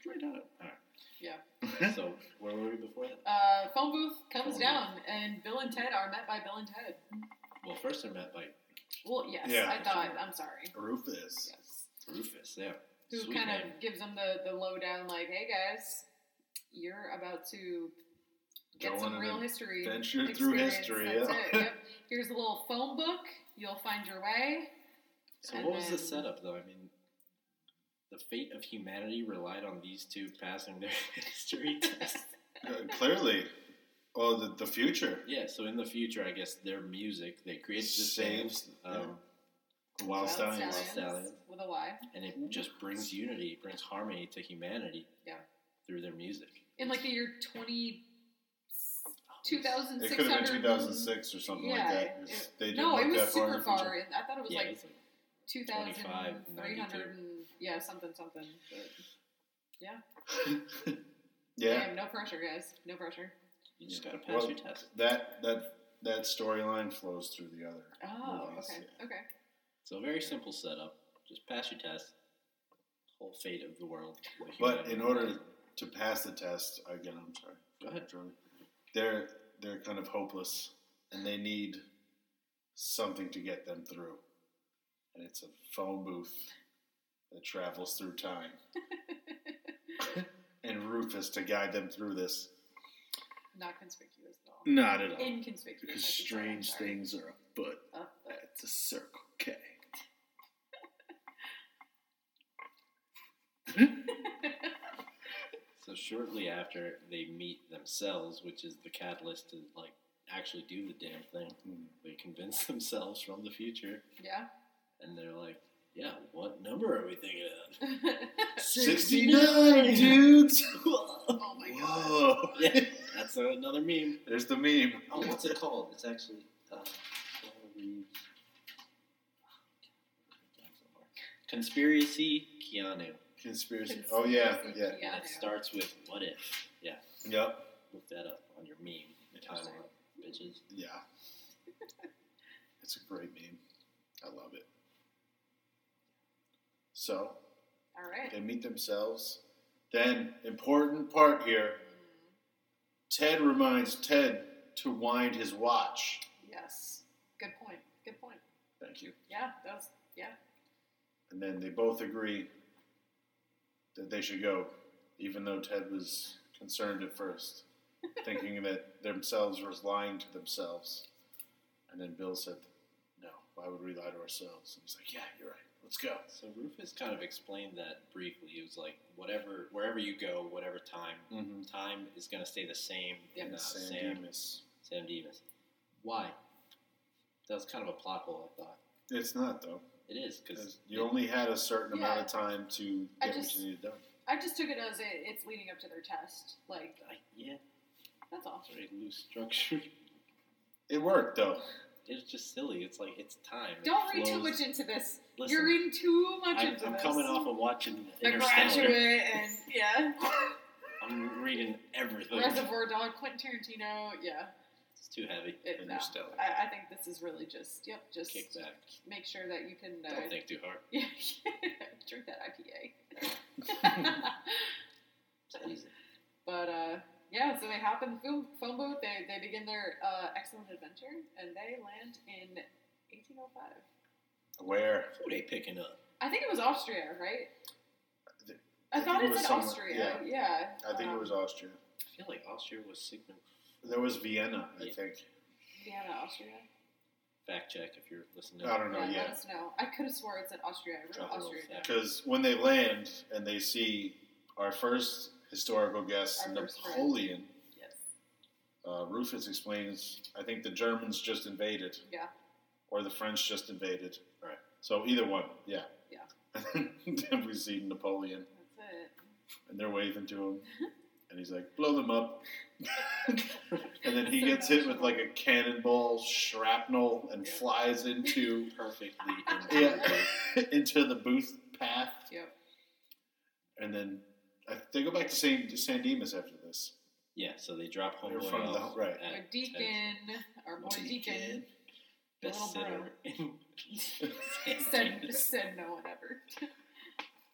Straight out. All Yeah. right. So where were we before that? Uh, phone booth comes Phone down, and Bill and Ted are met by Bill and Ted. Well, first they're met by Well, yes, Yeah. I thought. I'm sorry. Rufus. Yes. Rufus. Yeah. Who Sweet kind name. of gives them the the lowdown, like, "Hey guys, you're about to get Go on some an real history. adventure through experience. history, That's yeah. it. [laughs] Yep. Here's a little phone book. You'll find your way. So And what was the then- setup though? I mean, the fate of humanity relied on these two passing their [laughs] history test. Uh, Clearly. Oh, the, the future. Yeah. So in the future, I guess their music they created this Saves. band, um, Wild Wild Stallions. Stallions Stallions. with a Y. and it just brings unity, brings harmony to humanity. Yeah. Through their music. in like the year 20, It could have 2600. been 2006 or something like Yeah, that. it- It's- they didn't No, it look was that far in super the far. future. in. I thought it was Yeah, like it's like 2,300 25, and yeah, something, something. But [laughs] Yeah, Damn, no pressure, guys. No pressure. you just gotta pass Well, your test. that that that storyline flows through the other. Oh, Movies, okay, okay. So very simple setup. Just pass your test. Whole fate of the world. the But humanity. in order to pass the test, again, I'm sorry. Go ahead. Jordan. They're they're kind of hopeless, and they need something to get them through. And it's a phone booth that travels [laughs] through time, and Rufus to guide them through this. Not conspicuous at Mm. all. Not at Inconspicuous. I Because should say. I'm strange sorry. things are afoot Uh, at the Circle K. So shortly after they meet themselves, which is the catalyst to like actually do the damn thing, they convince [laughs] themselves from the future, yeah. [laughs] and they're like, "Yeah, what number are we thinking of?" [laughs] Sixty-nine dudes. [laughs] oh my god. Whoa! yeah, that's another meme. There's the meme. Oh, what's it called? It's actually. Uh, Conspiracy Keanu. Conspiracy. Oh yeah, Conspiracy yeah, Keanu. And it starts with what if. Yeah, yep, look that up on your meme timeline, bitches. yeah. [laughs] It's a great meme. I love it. So All right. they meet themselves. Then important part here. Ted reminds Ted to wind his watch. Yes. Good point. Good point. Thank you. Yeah, that was, yeah. And then they both agree that they should go, even though Ted was concerned [laughs] at first, thinking that themselves was lying to themselves. And then Bill said, No, why would we lie to ourselves? And he's like, Yeah, you're right. Let's go. So Rufus kind of explained that briefly. He was like, whatever, wherever you go, whatever time, Mm-hmm. time is going to stay the same. Yeah. in, uh, Sam, Sam, Demas. Sam Demas. Why? That was kind of a plot hole. I thought It's not, though. it is 'cause because You only had a certain amount of time to I get just- what you needed done. I just took it as it, it's leading up to their test. Like, I, yeah, that's all. it's very loose structure. [laughs] It worked, though. it's just silly. It's like it's time. It Don't read too flows. much into this. Listen, You're reading too much I'm, into I'm this. coming off of watching The Interstellar. Graduate and yeah, [laughs] I'm reading everything. Reservoir Dog, Quentin Tarantino. Yeah, It's too heavy. it, no. Interstellar. I, I think this is really just yep, just Kick back. make sure that you can Don't uh, think too hard. [laughs] drink that IPA. [laughs] but uh, yeah, so they hop in the phone, phone booth. They they begin their uh, excellent adventure, and they land in 1805. Where? Who they picking up? I think it was Austria, right? I, I thought think it it was said somewhere- Austria. Yeah. I think Um, it was Austria. I feel like Austria was Sigmund. There was Vienna, I Yeah. think. Vienna, Austria. Fact check if you're listening. I don't know yeah, let yet. us know. I could have swore it said Austria. I wrote Drop a little Austria. down. fact. Because when they land and they see our first historical guest, Our first friend. Napoleon, Yes. uh, Rufus explains, I think the Germans just invaded Yeah. or the French just invaded. Right. So either one, yeah. Yeah. [laughs] then we see Napoleon That's it. and they're waving to [laughs] him. And he's like, blow them up. [laughs] and then he So gets hit with emotional. like a cannonball shrapnel and Yeah. flies into [laughs] [laughs] Perfectly. in- yeah, into the booth path. Yep. And then I, they go back to San, San Dimas after this. Yeah, so they drop They were homeboy from the- off right. at Our deacon, our boy deacon, the little Best sitter. [laughs] in- said said no one ever.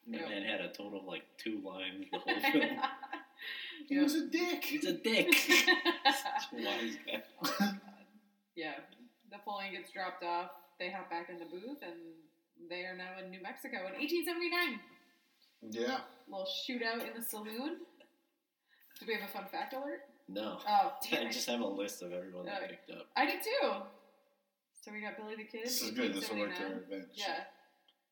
The Yeah. man had a total of like two lines [laughs] the whole film. He yeah. was a dick. He's a dick. [laughs] Wise guy. yeah. Napoleon gets dropped off. They hop back in the booth, and they are now in New Mexico in 1879. Yeah. Little shootout in the saloon. Do we have a fun fact alert? No. Oh, [laughs] I damn it. just have a list of everyone that Okay. picked up. I did too. So we got Billy the Kid. This is good. This will work to our 1879. advantage. Yeah.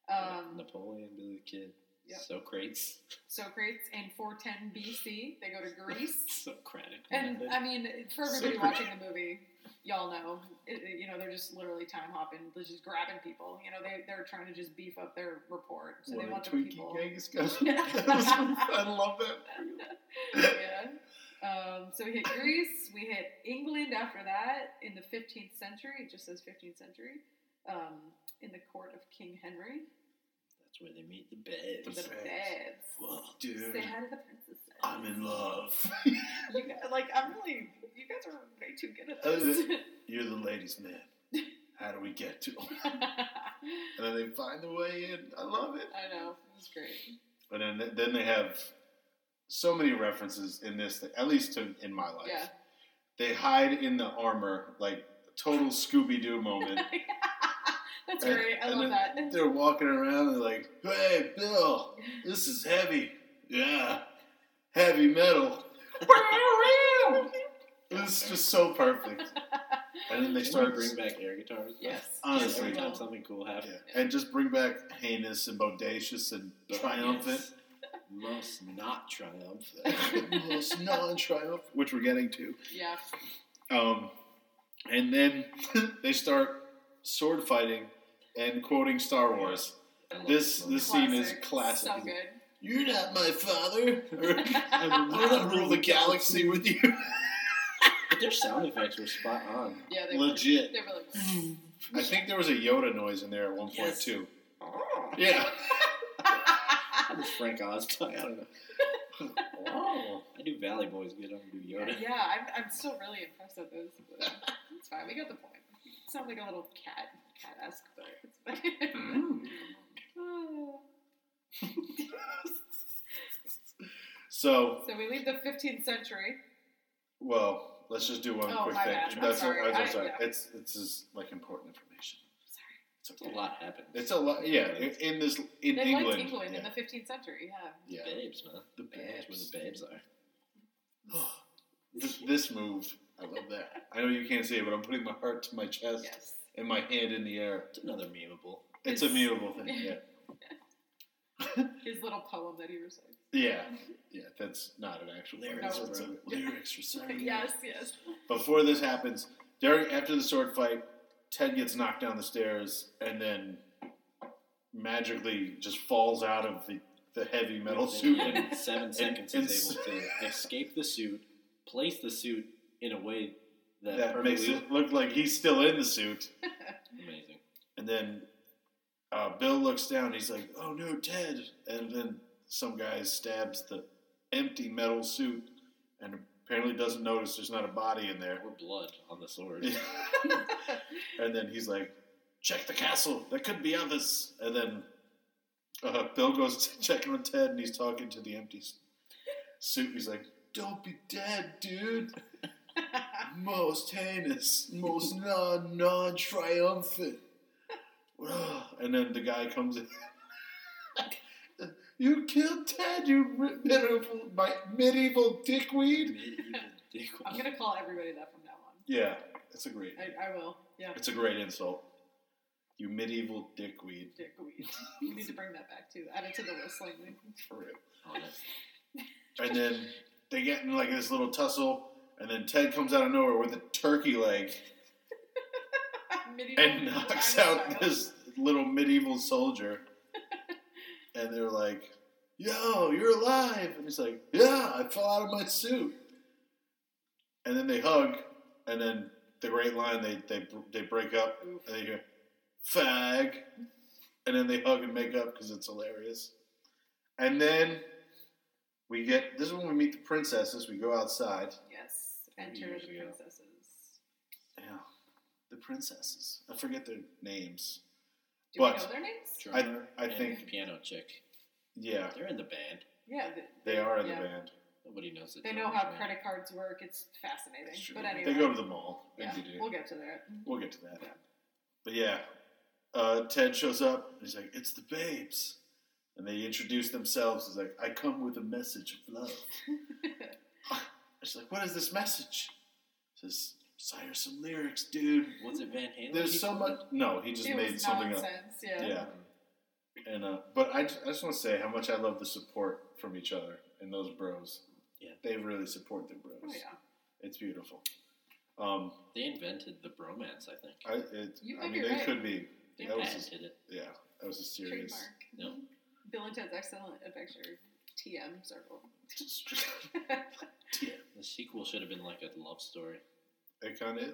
Yeah, Um, uh, Napoleon, Billy the Kid, Yep. Socrates, [laughs] Socrates in 410 BC. They go to Greece. Socratic. And method. I mean, for everybody Socrates. watching the movie, y'all know, it, it- you know, they're just literally time hopping, they're just grabbing people. You know, they they're trying to just beef up their report, so What they a want the Twinkie people. Genghis [laughs] Khan. That was- I love that. [laughs] yeah. Um, so we hit Greece. We hit England after that in the 15th century. It just says 15th century. Um, in the court of King Henry. That's where they meet the beds. The That's right. beds. Whoa, Say dude, hi to the princess. I'm in love. You guys, like I'm really. You guys are way too good at Uh, this. You're the ladies' man. How do we get to 'em? [laughs] [laughs] And then they find a way in. I love it. I know. It was great. And then, then they have so many references in this, that, at least to, in my life. Yeah. They hide in the armor, like total Scooby Doo moment. That's And- great. I and love that. [laughs] They're walking around and like, hey, Bill, this is heavy. Yeah, heavy metal. This is just so perfect. And then they Can we start bring back air guitars. yes. Honestly. Every Yes, time well, something cool Yeah. happens. And just bring back heinous and bodacious and [laughs] triumphant. Most not triumphant. [laughs] Most non triumph, which we're getting to. Yeah. Um, and then [laughs] they start sword fighting and quoting Star Wars. [laughs] I love This- moment. this- scene is classic. So good. You're not my father. [laughs] I will [laughs] I not will rule the galaxy with you. [laughs] But their sound effects were spot on. Yeah. They were, Legit. they were like. "Mm." I think there was a Yoda noise in there at one point Yes. too. Oh. Yeah. I'm Frank Oz. I don't know. [laughs] Wow. I do Valley Boys good. I don't do Yoda. yeah. I'm, I'm still really impressed with those. It's fine. We got the point. Sound like a little cat, cat-esque, but it's fine. Mm. So, [laughs] so we leave the 15th century. well, let's just do one Oh, quick my thing. bad. I'm That's sorry. I'm I- sorry. yeah. It's it's just like important information. Sorry. It's A okay. lot happens. It's a lot. Yeah, in in this in They England. liked England yeah. in the 15th century. Yeah. yeah. babes, man. The That's where babes. the babes are. this, this move, I love that. I know you can't see it, but I'm putting my heart to my chest Yes. and my hand in the air. It's another memeable. It's- It's, a [laughs] mutable thing. Yeah, His little poem that he recites. yeah, yeah. That's not an actual Lyrics, lyrics. It's bro. a, lyrics or [laughs] something. Yes, yes. Before this happens, during after the sword fight, Ted gets knocked down the stairs and then magically just falls out of the, the heavy metal suit and In seven seconds, and- is able [laughs] to escape the suit, place the suit in a way [laughs] that, that makes perfectly- it look like he's still in the suit. amazing. And then uh, Bill looks down. He's like, "Oh no, Ted!" And then some guy stabs the empty metal suit, and apparently doesn't notice there's not a body in there. Or blood on the sword. [laughs] and then he's like, "Check the castle. There could be others." And then uh, Bill goes to [laughs] check on Ted, and he's talking to the empty s- suit. He's like, "Don't be dead, dude." most heinous, most non non [sighs] triumphant. and then the guy comes in [laughs] You killed Ted, you ri- medieval, my medieval dickweed. Medieval dick- I'm gonna call everybody that from now on. Yeah, that's a great. I, I will. Yeah. It's a great insult. You medieval dickweed. [laughs] Dickweed. We need to bring that back too. Add it to the list. Like, [laughs] For real. Honest. And then they get in like this little tussle, and then Ted comes out of nowhere with a turkey leg medieval and knocks time out style. this little medieval soldier. and they're like, "Yo, you're alive!" And he's like, "Yeah, I fell out of my suit." And then they hug, and then the great line they they they break up, Oof. and they hear "fag," and then they hug and make up because it's hilarious. And then we get this is when we meet the princesses. We go outside. Yes. Three Enter years the ago. princesses. Yeah, the princesses. I forget their names. Do we But- know their names? Drummer I and think- piano chick. Yeah, They're in the band. Yeah. They, they are in yeah. the band. Nobody knows the They know drummer's how name. credit cards work. It's fascinating. Sure. But anyway, They go to the mall. yeah, They do. we'll get to there. We'll get to that. Yeah. But yeah, uh, Ted shows up. And he's like, "It's the babes," and they introduce themselves. He's like, "I come with a message of love." She's like, "What is this message?" He says, "Sire some lyrics, dude." Was it Van Halen? There's so much. No, he just it made was something nonsense. up. Yeah. Yeah. And uh, but I, ju- I just want to say how much I love the support from each other and those bros. Yeah. they really support their bros. Oh yeah. It's beautiful. Um, They invented the bromance, I think. I it, You I might mean, be they right. could be. They that was patented it. Yeah, that was a serious. Trademark. No. Bill and Ted's Excellent Adventure TM circle. [laughs] The sequel should have been like a love story. [laughs] It kind of is.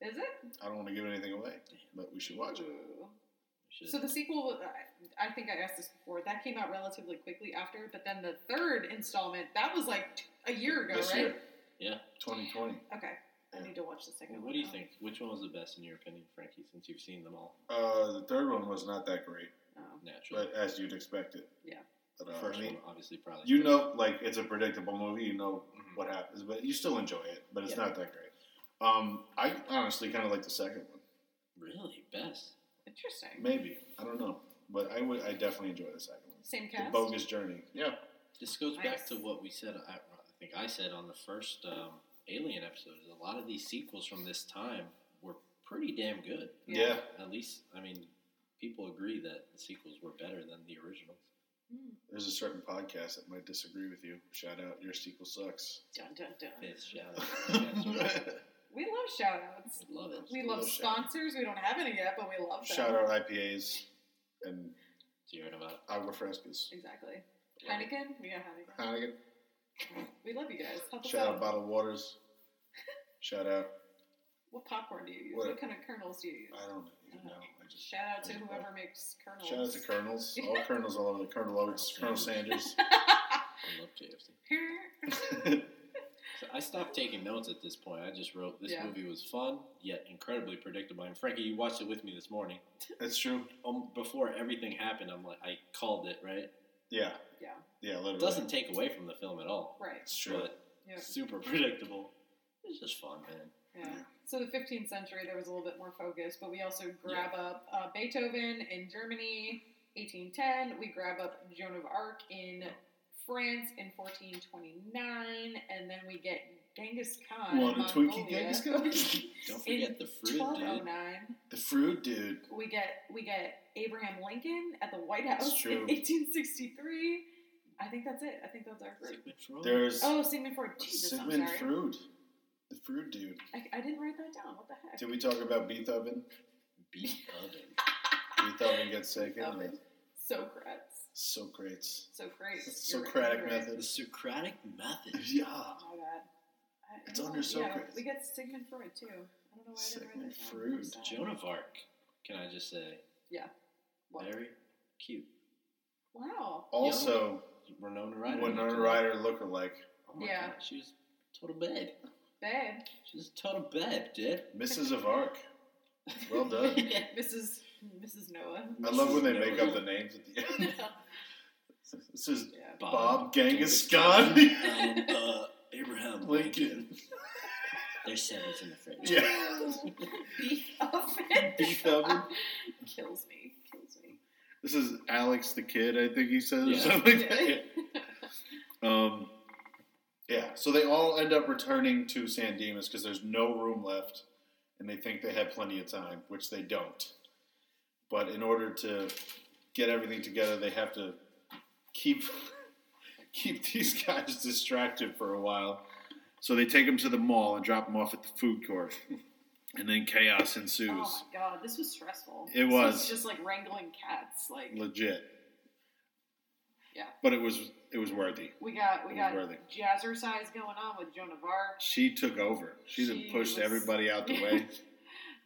Is it? I don't want to give anything away, but we should watch it. Ooh. We should- So the sequel, was- I- I think I asked this before. That came out relatively quickly after, but then the third installment that was like t- a year ago, This right? year, yeah. 2020. Okay, I Yeah. need to watch the second Well, one. what do you now. think? Which one was the best in your opinion, Frankie? Since you've seen them all, Uh, the third one was not that great, Oh, naturally. but as you'd expect it. Yeah. But, the uh, first I mean, one, obviously, probably. you know, like it's a predictable movie. You know Mhm. what happens, but you still enjoy it. But it's Yeah. not that great. Um, I honestly kind of like the second one. Really, best. interesting. Maybe I don't know, but I would. I definitely enjoy the second one. Same cast. The Bogus Journey. Yeah. This goes back Nice. to what we said. I, I think I said on the first um, Alien episode. is A lot of these sequels from this time were pretty damn good. Yeah. Yeah. At least, I mean, people agree that the sequels were better than the originals. Hmm. There's a certain podcast that might disagree with you. Shout out, your sequel sucks. Dun, dun, dun. Fifth shout out. Yes, right. We love shout outs. Love it. We love love shout-outs. sponsors. We don't have any yet, but we love them. [laughs] Shout out IPAs and Sierra Nevada. agua frescas. Exactly. Heineken. We got Heineken. Hannigan. We love you guys. Help us Shout out out. [laughs] bottled waters. Shout out. What popcorn do you use? What, What- kind of kernels do you use? I don't even know. I just Shout out to I don't know. whoever makes kernels. shout out to Colonels. [laughs] All Colonels all over the Colonel Oates, Colonel Sanders. I love JFC. Here. [laughs] [laughs] So I stopped taking notes at this point. I just wrote this Yeah. movie was fun yet incredibly predictable. And Frankie, you watched it with me this morning. That's true. Um, before everything happened, I'm like, I called it right. Yeah. Yeah. Yeah. It Literally. doesn't take away from the film at all, Right. It's true. but Yeah. super predictable. It's just fun, man. yeah. Yeah. So the 15th century, there was a little bit more focus, but we also grab up uh, Beethoven in Germany, 1810. We grab up Joan of Arc in France in 1429, and then we get Genghis Khan. Want a in Twinkie, Mongolia Genghis [laughs] Khan? Don't In forget the fruit, dude. 1209. [laughs] The fruit dude. We get we get Abraham Lincoln at the White House It's in true. 1863. I think that's it. I think that's our fruit. Sigmund Freud. There's Oh, Sigmund Freud. Jesus, I'm Sigmund sorry. Freud. The fruit dude. I, I didn't write that down. What the heck? Did we talk about Beethoven? Beat oven. Beethoven gets taken. Beethoven. Uh, Socrates. Socrates. Socrates. You're right, Socratic you're right. The method. [laughs] Socratic method. Yeah. My bad. I- I It's don't- under Socrates. we get Sigmund Freud too. I don't know why I Sigmund didn't write that down. Freud. I'm sad. Joan of Arc. Can I just say, What? very cute. Wow. Also, Renona Ryder. Winona Ryder look alike. Oh my Yeah. God, she was total bed. Babe. She was total bed, dude. Mrs. of Arc. [laughs] [laughs] Well done. Mrs. Mrs. Noah. I love [laughs] when they Mrs. make Noah. up the names at the end. [laughs] This is yeah. Bob Genghis Khan. and uh, Abraham Lincoln. Lincoln. There's sevens in the fridge. Yeah. Beethoven. Beethoven. [laughs] Kills me. Kills me. [laughs] This is Alex the Kid, I think he says, Yeah. or something like [laughs] that. Um, yeah, so they all end up returning to San Dimas because there's no room left, and they think they have plenty of time, which they don't. But in order to get everything together, they have to keep [laughs] keep these guys distracted for a while. So they take them to the mall and drop them off at the food court, [laughs] and then chaos ensues. Oh my god, this was stressful. It This was. just like wrangling cats. Like Legit. Yeah. But it was it was worthy. we got we It was got worthy. jazzercise going on with Joan of Arc. She took over. She, She done pushed was- everybody [laughs] out the way.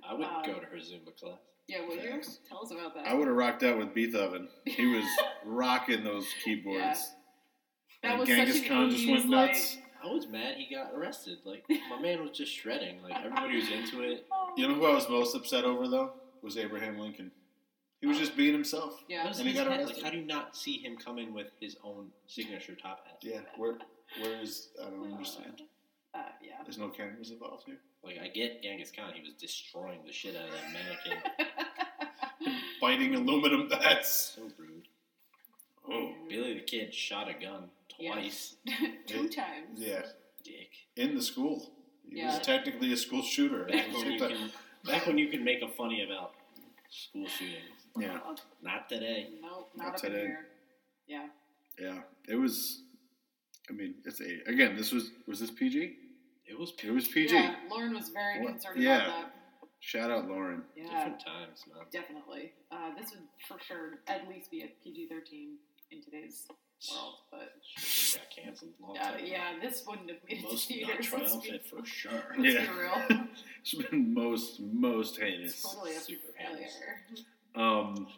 I would Um, go to her Zumba class. Yeah, will you Facts. tell us about that? I would have rocked out with Beethoven. He [laughs] was rocking those keyboards. That And was Genghis such an Khan just went 80s, like- nuts. I was mad he got arrested. Like my man was just shredding. Like everybody was into it. Oh. You know who I was most upset over though was Abraham Lincoln. He was just being himself. That Yeah. was And he his got hat. arrested. Like, how do you not see him come in with his own signature top hat? Yeah. Where where is I don't understand. Uh, yeah. [laughs] There's no cameras involved here. Like I get Genghis Khan, he was destroying the shit out of that mannequin. Biting aluminum bats. so rude. Oh. Billy the Kid shot a gun Yeah. twice. [laughs] Two times. Yeah. Dick. In the school. He Yeah. was technically a school [laughs] shooter. It Back was when you like- [laughs] can, back when you can make a funny about school shootings. yeah. Oh, Not today. Nope, not, Not up today. in here. Yeah. Yeah, it was. I mean, it's a again. This was was this PG? It was It was PG. Yeah, Lauren was very What? concerned Yeah. about that. Shout out Lauren. Yeah, different times, man. definitely. Uh, this would for sure at least be a PG 13 in today's world, but Shit, they got canceled a long uh, time. yeah, this wouldn't have [laughs] made it to Most not theaters. Let's be, [laughs] triumphant for sure. let's Yeah. be [laughs] real. It's been most it's most heinous. totally a Super failure. heinous. Um.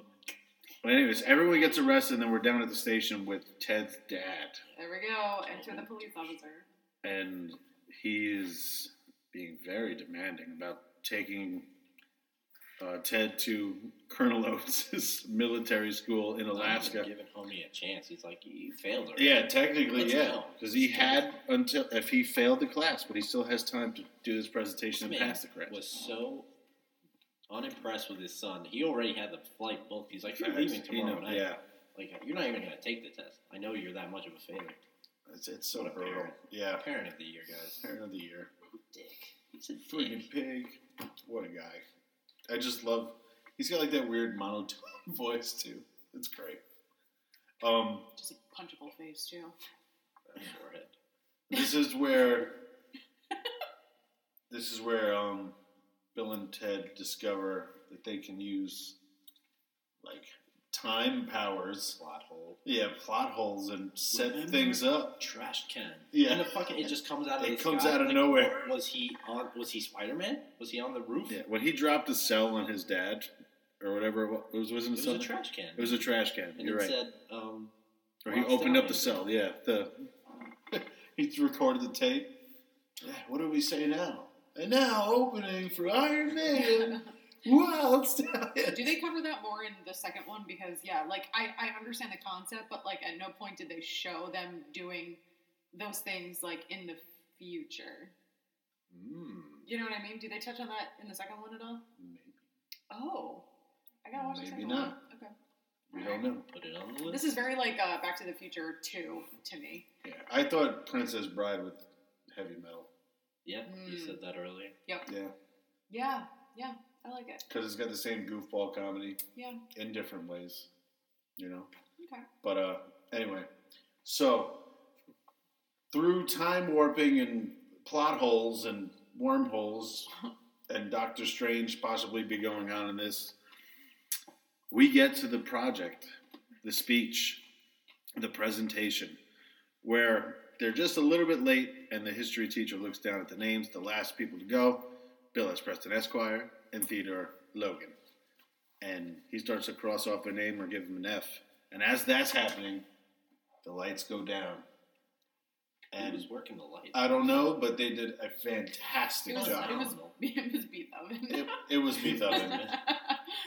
But anyways, everyone gets arrested, and then we're down at the station with Ted's dad, There we go. Enter the police officer. and he's being very demanding about taking uh, Ted to Colonel Oates' [laughs] military school in Not even Alaska. Giving homie a chance. He's like, you failed already. Yeah, technically, Let's yeah, go. because he Let's had until if he failed the class, but he still has time to do this This presentation and man pass the class. was so unimpressed with his son. He already had the flight booked. He's like, you're Facts. leaving You tomorrow know, night. Yeah, Like, you're not even going to take the test. I know you're that much of a failure. it's, it's so What a brutal. parent. Yeah, Parent of the year, guys. parent of the year, Dick. He's a dick. freaking pig. What a guy! I just love. He's got like that weird monotone [laughs] voice too. It's great. Um, Just a punchable face, too. Forehead. this is [laughs] where this is where um, Bill and Ted discover that they can use like time powers Slot hole. Yeah, plot holes and set Remember- things up. Trash can. Yeah. And the fucking, it just comes out of It the comes sky. out of Like, nowhere. Was he on? Was he Spider Man? Was he on the roof? Yeah, when he dropped a cell on his dad or whatever it wa- it was, wasn't it It was a something? trash can. it was a trash can. And You're it right. said, um, or he "Locked opened down up the in cell. Yeah, the [laughs] he recorded the tape. Yeah, what do we say now? And now opening for Iron Maiden. wow, it's Do they cover that more in the second one? Because yeah, like I, I understand the concept, but like at no point did they show them doing those things like in the future. Hmm, Mm. You know what I mean? Do they touch on that in the second one at all? Oh, I gotta watch the Maybe second not. one. Okay, We don't know. Put it on the list. this is very like uh, Back to the Future Two to me. Yeah, I thought Princess Bride with heavy metal. yeah, you Mm. said that earlier. Yeah, Yeah, yeah, I like it. because it's got the same goofball comedy Yeah, in different ways. You know. okay. But uh, anyway, so through time warping and plot holes and wormholes, and Doctor Strange possibly be going on in this, we get to the project, the speech, the presentation, where they're just a little bit late, and the history teacher looks down at the names, the last people to go Bill S. Preston Esquire and Theodore Logan. And he starts to cross off a name or give him an F. And as that's happening, the lights go down. He And was working the lights. I don't know, but they did a It fantastic was, job. it was [laughs] Phenomenal. it was Beethoven. It, it was [laughs] Beethoven.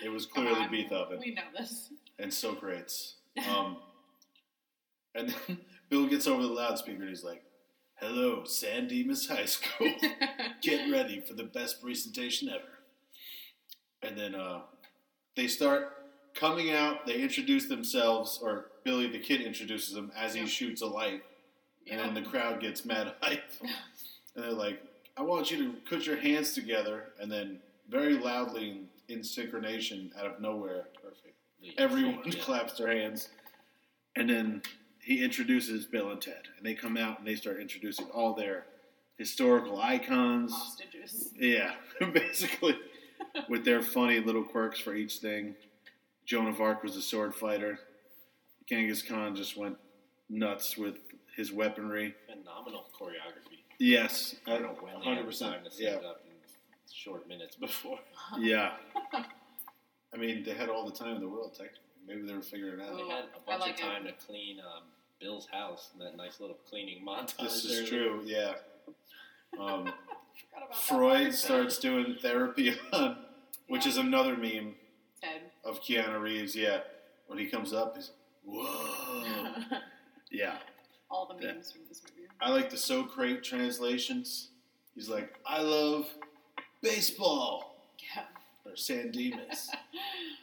It was Come clearly on, Beethoven. We know this. and so [laughs] greats. Um, and then Bill gets over the loudspeaker and he's like, Hello, San Dimas [laughs] High School. Get ready for the best presentation ever. And then uh, they start coming out, they introduce themselves, or Billy the Kid introduces them as he Yeah. shoots a light, and Yeah. then the crowd gets mad [laughs] hype, and they're like, "I want you to put your hands together," and then very loudly in, in synchronation, out of nowhere, Perfect. everyone Yeah. claps their hands, and then he introduces Bill and Ted, and they come out and they start introducing all their historical icons. Hostages. Yeah, [laughs] basically, with their funny little quirks for each thing. Joan of Arc was a sword fighter. Genghis Khan just went nuts with his weaponry. Phenomenal choreography. Yes, I don't know when they had 100%, time to set yeah. it up in short minutes before. yeah. [laughs] I mean, they had all the time in the world. Technically, maybe they were figuring it out. They Ooh, [laughs] had I a bunch like of it. time to clean um, Bill's house and that nice little cleaning montage. This there. is true. Yeah. Um, Forgot about Freud that. starts doing therapy [laughs] on, which Yeah. is another meme Ted. of Keanu Reeves. Yeah, when he comes up, he's [laughs] whoa. yeah. All the Oh. Yeah. memes from this movie. I like the Socrate translations. He's like, I love baseball Yeah. or San Dimas.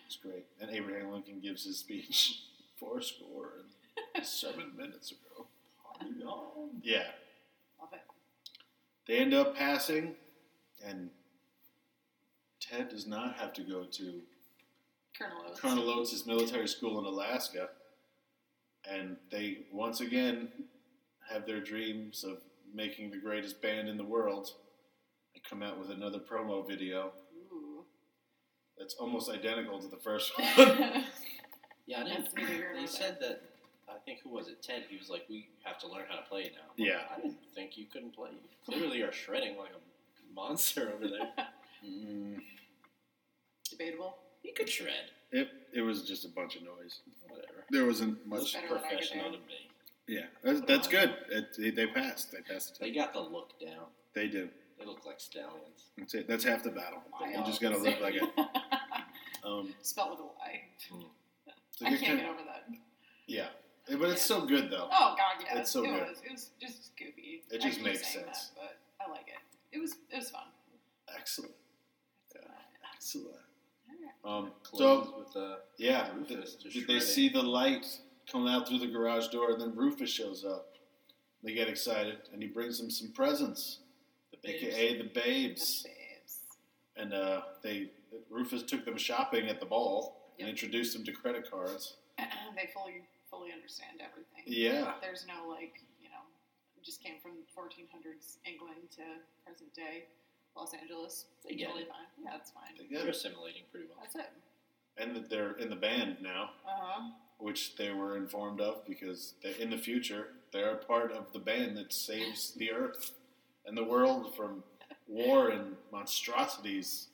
it's great. And Abraham Lincoln gives his speech [laughs] four score and seven minutes ago. Yeah. Love it. They end up passing, and Ted does not have to go to Colonel Oates. Colonel Oates' military school in Alaska. And they once again have their dreams of making the greatest band in the world and come out with another promo video Ooh. [laughs] that's almost identical to the first one. yeah. Yeah, I That's neither here didn't, nor they there. said that. I think who was it? Ted. He was like, "We have to learn how to play it now." yeah. I didn't think you couldn't play. You clearly are shredding like a monster [laughs] over there. Mm, Debatable. You could shred. it, it was just a bunch of noise. Whatever. There wasn't much. Looks better than I could professional to do. me. Yeah. That's, that's good. It- they, they passed. They passed the They test. got the look down. They do. They look like stallions. That's it. That's half the battle. You Wild. just got to [laughs] look like it. Um, Spelled with a Y. so I you can't can- get over that. yeah. But it's so good, though. Oh God, yes, It's so it good. was. It was just goofy. It I just keep makes saying sense. that, but I like it. It was it was fun. Excellent. Yeah. Excellent. Alright. Um, Closes so with a yeah, Rufus th- just they shredding. see the light coming out through the garage door, and then Rufus shows up. They get excited, and he brings them some presents, the babes. aka the The babes. babes. And uh, they Rufus took them shopping at the ball and Yep. introduced them to credit cards. [clears throat] they fully fully understand everything. Yeah. There's no like you know, just came from 1400s England to present day Los Angeles. They get totally it. fine. Yeah, that's fine. They're Together. assimilating pretty well. That's it. And that they're in the band now, Uh huh. which they were informed of because they, in the future they're part of the band that saves the earth and the world from war and monstrosities.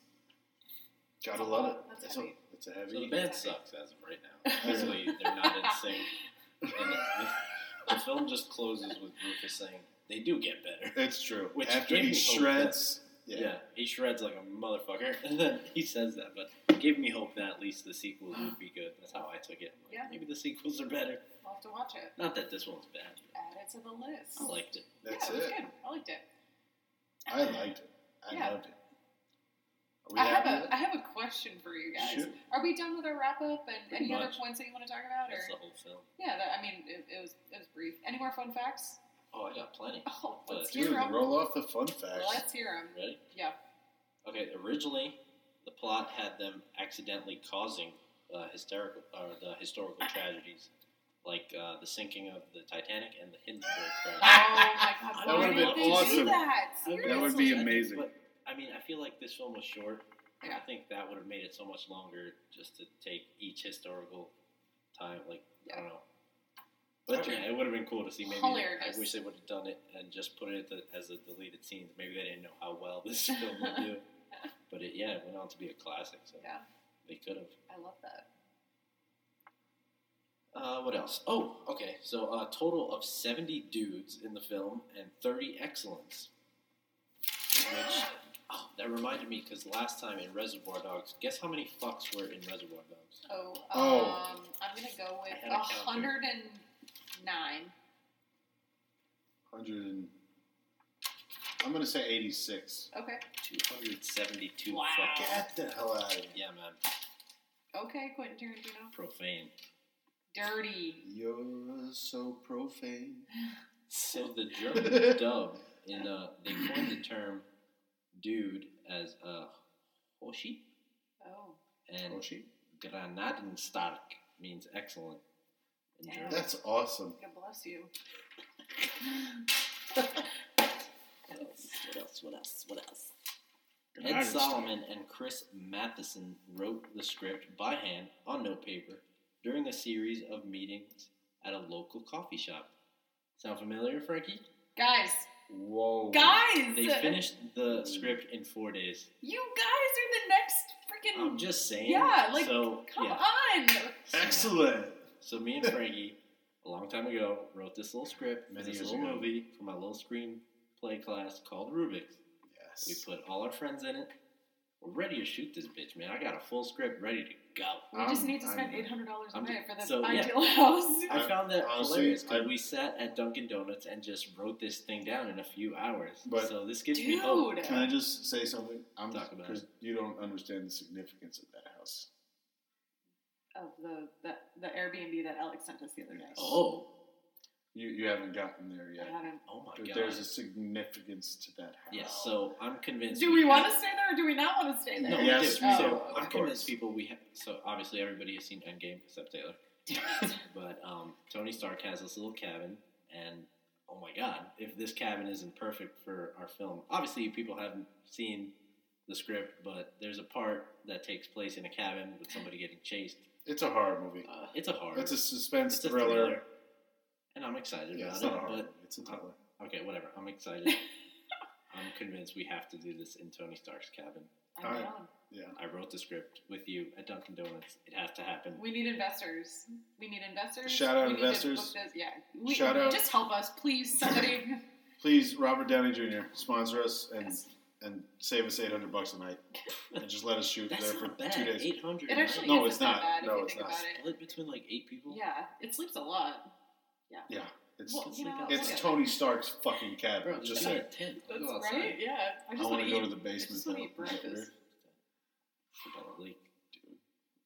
Gotta That's a love lot. it. That's It's heavy. a, it's a heavy. So the band sucks as of right [laughs] now. Basically, they're not in [laughs] sync. And the, the film just closes with Rufus saying, they do get better. It's true. Which After gave he me hope shreds, Yeah. yeah. he shreds like a motherfucker. [laughs] And then he says that, but it gave me hope that at least the sequels would be good. That's how I took it. I'm like, Yeah. Maybe the sequels are better. We'll have to watch it. Not that this one's bad. Add it to the list. I liked it. that's yeah, it was it. good. I liked it. I liked it. I Yeah. loved it. Are we I have happy with a that? I have a question for you guys. Shoot. Are we done with our wrap up and Pretty any other much. points that you want to talk about? Or That's the whole film. yeah, that, I mean, it, it was it was brief. Any more fun facts? [laughs] Oh, I got plenty. Oh, let's Let's hear Dude, them. roll off the fun facts. Let's hear them. Ready? Yeah. Okay, originally, the plot had them accidentally causing uh, hysterical or the historical tragedies, like uh, the sinking of the Titanic and the Hindenburg crash. Oh my god, That why would've did been they do awesome. That, I mean, Seriously? That would be I think- amazing. but, I mean, I feel like this film was short. and I Yeah. think that would have made it so much longer just to take each historical time. Like I don't know, but Okay. yeah, it would have been cool to see. Maybe Hilarious. I wish they would have done it and just put it at the, as a deleted scene. Maybe they didn't know how well this [laughs] film would do. But it, yeah, it went on to be a classic. So Yeah, they could have. I love that. Uh, what else? Oh, okay. So a total of 70 dudes in the film and 30 excellents. Which, oh, that reminded me because last time in Reservoir Dogs, guess how many fucks were in Reservoir Dogs? Oh, um, Oh. I'm gonna go with had a count here. 109. 100 and, I'm going to say 86. Okay. 272 Wow. fucks. Get the hell out of here. Yeah, man. Okay, Quentin Tarantino. Profane. Dirty. You're so profane. So the German dub in uh, they coined the term "dude" as uh, "hoshi" Oh. and Hoshi? "granadenstark" means excellent in German. That's awesome. God bless you. What else? What else? What else? What else? Ed Solomon and Chris Matheson wrote the script by hand on notepaper during a series of meetings at a local coffee shop. Sound familiar, Frankie? Guys, Whoa. guys, They finished the script in four days. you guys are the I'm next freaking. just saying. Yeah, like, so, come yeah. on. Excellent. So me and Frankie, a long time ago, wrote this little script for Many this years little ago. movie for my little screenplay class called Rubik's. Yes. We put all our friends in it. We're ready to shoot this bitch, man. I got a full script ready to go. We just I'm- need to I'm- spend eight hundred dollars a I'm- night for the so, yeah. ideal house. I I- found that Uh, honestly, hilarious because I- we sat at Dunkin' Donuts and just wrote this thing down in a few hours. But- so this gives me hope. Dude, Can I just say something? I'm Talk about because you don't understand the significance of that house. of the, the the Airbnb that Alex sent us the other day. Oh, You you haven't gotten there I yet. haven't. oh my But god. there's a significance to that house. yes, so I'm convinced. Do we want have- to stay there or do we not want to stay there? No, we Yes, do. we so do. Of I'm course. convinced people we have. So obviously everybody has seen Endgame [laughs] except Taylor. but um, Tony Stark has this little cabin, and oh my god, if this cabin isn't perfect for our film, obviously people haven't seen the script, but there's a part that takes place in a cabin with somebody getting chased. It's a horror movie. Uh, It's a horror. It's a suspense It's a thriller. thriller. and I'm excited Yeah, it's not a about horror it. uh, movie. It's a thriller. But okay, whatever. I'm excited. [laughs] I'm convinced we have to do this in Tony Stark's cabin. I'm Alright. down. Yeah. I wrote the script with you at Dunkin' Donuts. It has to happen. We need investors. We need investors. Shout out We need to investors. book this- Yeah. We, Shout out. Just help us, please, somebody. Please, Robert Downey Jr. sponsor us [laughs] and Yes. and save us eight hundred bucks a night, and just let us shoot That's there for not bad. two days. Eight hundred. It actually No, is it's that not. bad No, if you it's think not. about it. split between like eight people. Yeah, it sleeps a lot. Yeah, it's Well, you like know, a- it's yeah. Tony Stark's fucking cabin. Bro, just just say, a tent. That's Go outside. right. Yeah, I I just want want to eat. go to the I just basement. wanna though. eat Is that breakfast. weird? Sleep on a lake.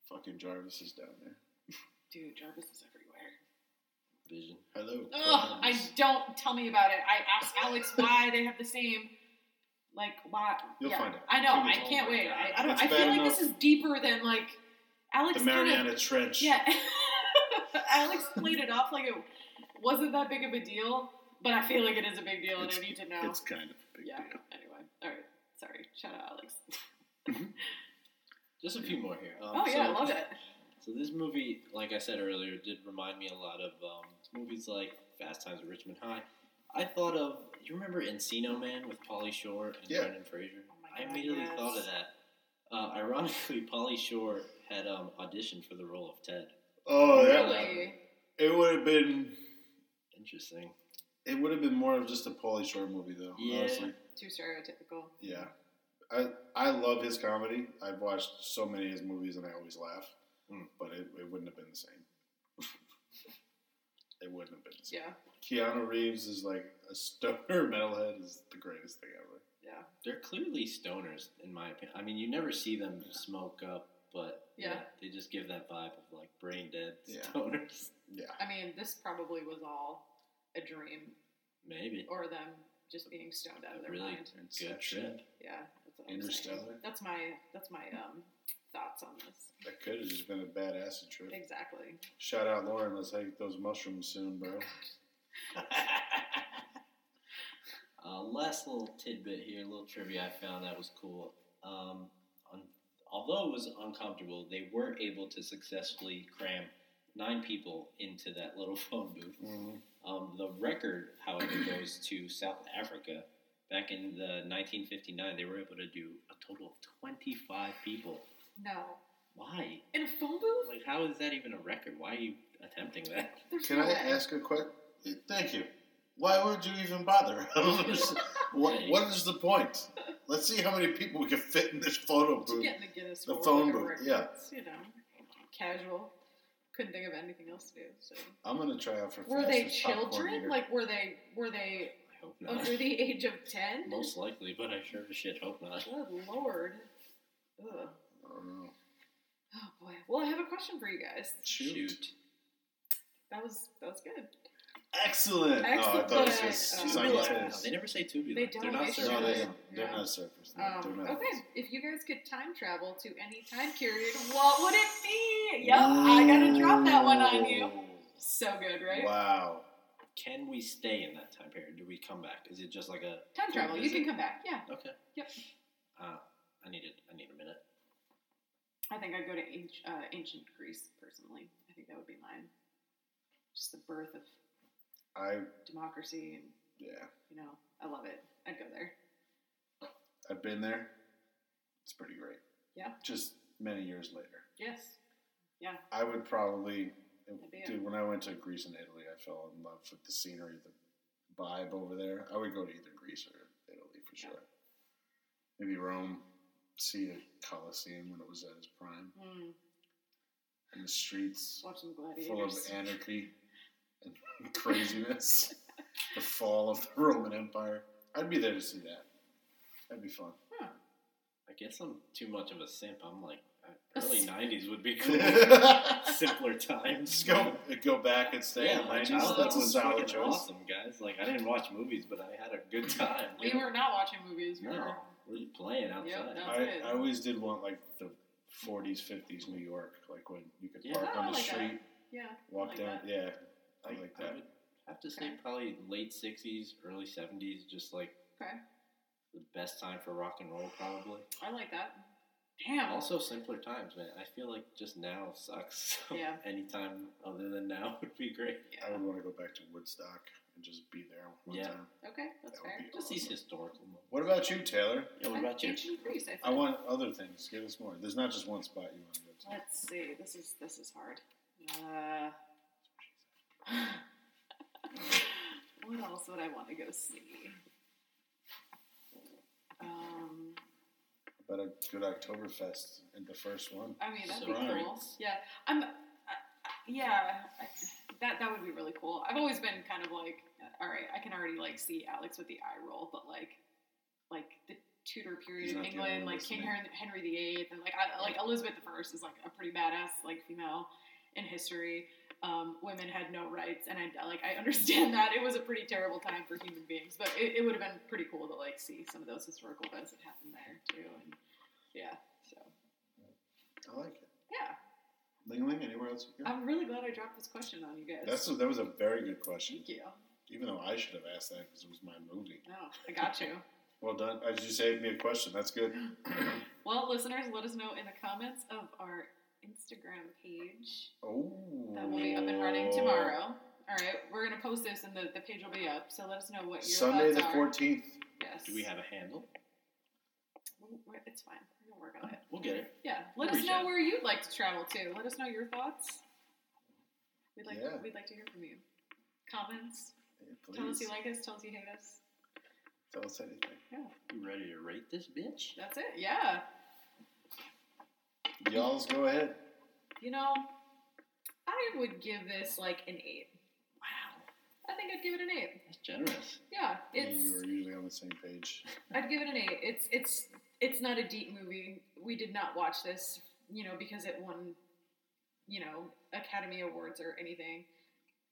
Fucking Jarvis is down there. Dude, Jarvis is everywhere. Vision. Hello. Ugh, I Jarvis. don't tell me about it. I asked [laughs] Alex why they have the same. Like why? You'll yeah. find out. I know. Give me I time. can't Oh my wait. I, I God. don't. It's I bad feel like this enough. is deeper than like Alex. the kinda, Mariana Trench. Yeah. [laughs] Alex played it off like it wasn't that big of a deal, but I feel like it is a big deal, and I It's- need to know. It's kind of a big yeah. deal. Anyway, all right. Sorry. Shout out Alex. Um, Just a few more here. Um, Oh yeah, so, I love it. So this movie, like I said earlier, did remind me a lot of um, movies like Fast Times at Richmond High. I thought of you remember Encino Man with Polly Shore and Yeah. Brendan Fraser. Oh my I God, immediately yes. thought of that. Uh, ironically, [laughs] Polly Shore had um, auditioned for the role of Ted. Oh, that, really? it would have been. Interesting. It would have been more of just a Pauly Shore movie, though. Yeah. Honestly, Too stereotypical. yeah. I I love his comedy. I've watched so many of his movies, and I always laugh. Mm. But it, it wouldn't have been the same. [laughs] it wouldn't have been the same. Yeah. Keanu Reeves is like a stoner [laughs] metalhead is the greatest thing ever. Yeah. They're clearly stoners, in my opinion. I mean, you never see them Yeah. smoke up, but Yeah. they just give that vibe of like brain dead Yeah. stoners. [laughs] Yeah. I mean, this probably was all a dream, Maybe or them just being stoned out of their Really? mind. good Inception. trip. Yeah. That's what I'm saying. Interstellar. That's my that's my um thoughts on this. That could have just been a bad acid trip. Exactly. Shout out Lauren. Let's take those mushrooms soon, bro. [laughs] uh, last little tidbit here, little trivia I found that was cool. Um, on, although it was uncomfortable, they were able to successfully cram nine people into that little [laughs] phone booth. Mhm. Um, the record, however, goes to South Africa. Back in the 1959, they were able to do a total of 25 people. No. Why? In a phone booth? Like, how is that even a record? Why are you attempting that? There's Can no I way. ask a question? Thank you. Why would you even bother? [laughs] I don't understand. what, what is the point? Let's see how many people we can fit in this photo To booth. get in the Guinness The World phone Book of booth, yeah. Records, You know, casual. Couldn't think of anything else to do. So. I'm gonna try out for. Were they fastest popcorn children? eater. Like, were they were they I hope not. under the age of ten? [laughs] Most likely, but I sure as shit hope not. Good lord. Ugh. I don't know. Oh boy. Well, I have a question for you guys. Shoot. Shoot. That was that was good. Excellent. Oh, I thought it was just Excellent. Uh, Tubular. scientist. They never say tubular. They don't, They're not they No, circular. they should. don't. They're Yeah. not surface. No, Um, they're not. okay, if you guys could time travel to any time period, what would it be? Yep, I gotta drop that one on you. So good, right? Wow. Can we stay in that time period? Do we come back? Is it just like a Time travel, you Visit. can come back. Yeah, okay? Yep. Uh, I need it. I need a minute. I think I'd go to anci- uh, ancient Greece personally. I think that would be mine. Just the birth of I democracy, and yeah. you know, I love it. I'd go there. I've been there. It's pretty great. Yeah. Just many years later. Yes, I would probably that'd be it. dude, when I went to Greece and Italy I fell in love with the scenery, the vibe over there. I would go to either Greece or Italy for sure. Maybe Rome, see a Colosseum when it was at its prime. Mm, And the streets watch some full of [laughs] gladiators. anarchy and [laughs] craziness. the fall of the Roman Empire. I'd be there to see that. That'd [laughs] be fun. I guess I'm too much of a simp. I'm like uh, A early simp. '90s [laughs] would be cool. Just [laughs] Simpler times. go go back and stay. Yeah, in my my childhood that's a was solid fucking choice. awesome, guys. Like I didn't watch movies, but I had a [laughs] good time. We were not watching movies. We no, were we're just playing outside. no. I, good. I always did want like the 40s, 50s New York, like when you could Yeah. park Oh, I on the like that. street, yeah. walk like down. that. Yeah, I like that. would have to say Okay. probably late '60s, early '70s, just like Okay, the best time for rock and roll, probably. I like that. Damn. Also, simpler times, man. I feel like just now sucks. [laughs] So Yeah. Anytime other than now [laughs] would be great. I yeah. would want to go back to Woodstock and just be there one Yeah. time. Okay, that's That would fair. be Just these awesome. historical moments. What about you, Taylor? Yeah, what about you? Ancient Greece, I think. I want other things. Give us more. There's not just one spot you want to go to. Let's see. This is this is hard. Uh, [laughs] what else would I want to go see? Um, But a good Oktoberfest and the first one. I mean that'd be Sorority. cool. Yeah, I'm. I, I- yeah, I, that that would be really cool. I've always been kind of like, all right, I can already like see Alex with the eye roll, but like, like the Tudor He's period not of the England, only like King listening. Henry, Henry VIII, and like I, like Elizabeth I is like a pretty badass like female in history. Um, women had no rights, and I like I [laughs] understand that it was a pretty terrible time for human beings, but it, it would have been pretty cool to like see some of those historical events that happened there too, and yeah, so I like it. yeah. Ling Ling, anywhere else you go? I'm really glad I dropped this question on you guys. That's a, that was a very good question. Thank you. Even though I should have asked that because it was my movie. No, I got you. Well done. I just saved me a question. That's [gasps] good. well, listeners, let us know in the comments of our Instagram page Oh. that will be up and running tomorrow. All right, we're gonna post this and the, the page will be up. So let us know what your Sunday thoughts the are. fourteenth. Yes. Do we have a handle? We- we- It's fine. We're gonna work on it. We'll get it. Yeah. Let We'll us reach know out. where you'd like to travel to. Let us know your thoughts. We'd like Yeah. we'd like to hear from you. Comments. Tell us you like us. Tell us you hate us. Tell us anything. You ready to rate this bitch? That's it. Yeah. Y'all's go ahead. You know, I would give this like an eight. Wow, I think I'd give it an eight. that's generous. Yeah, Me and you it's. were usually on the same page. [laughs] I'd give it an eight. It's it's it's not a deep movie. We did not watch this, you know, because it won, you know, Academy Awards or anything.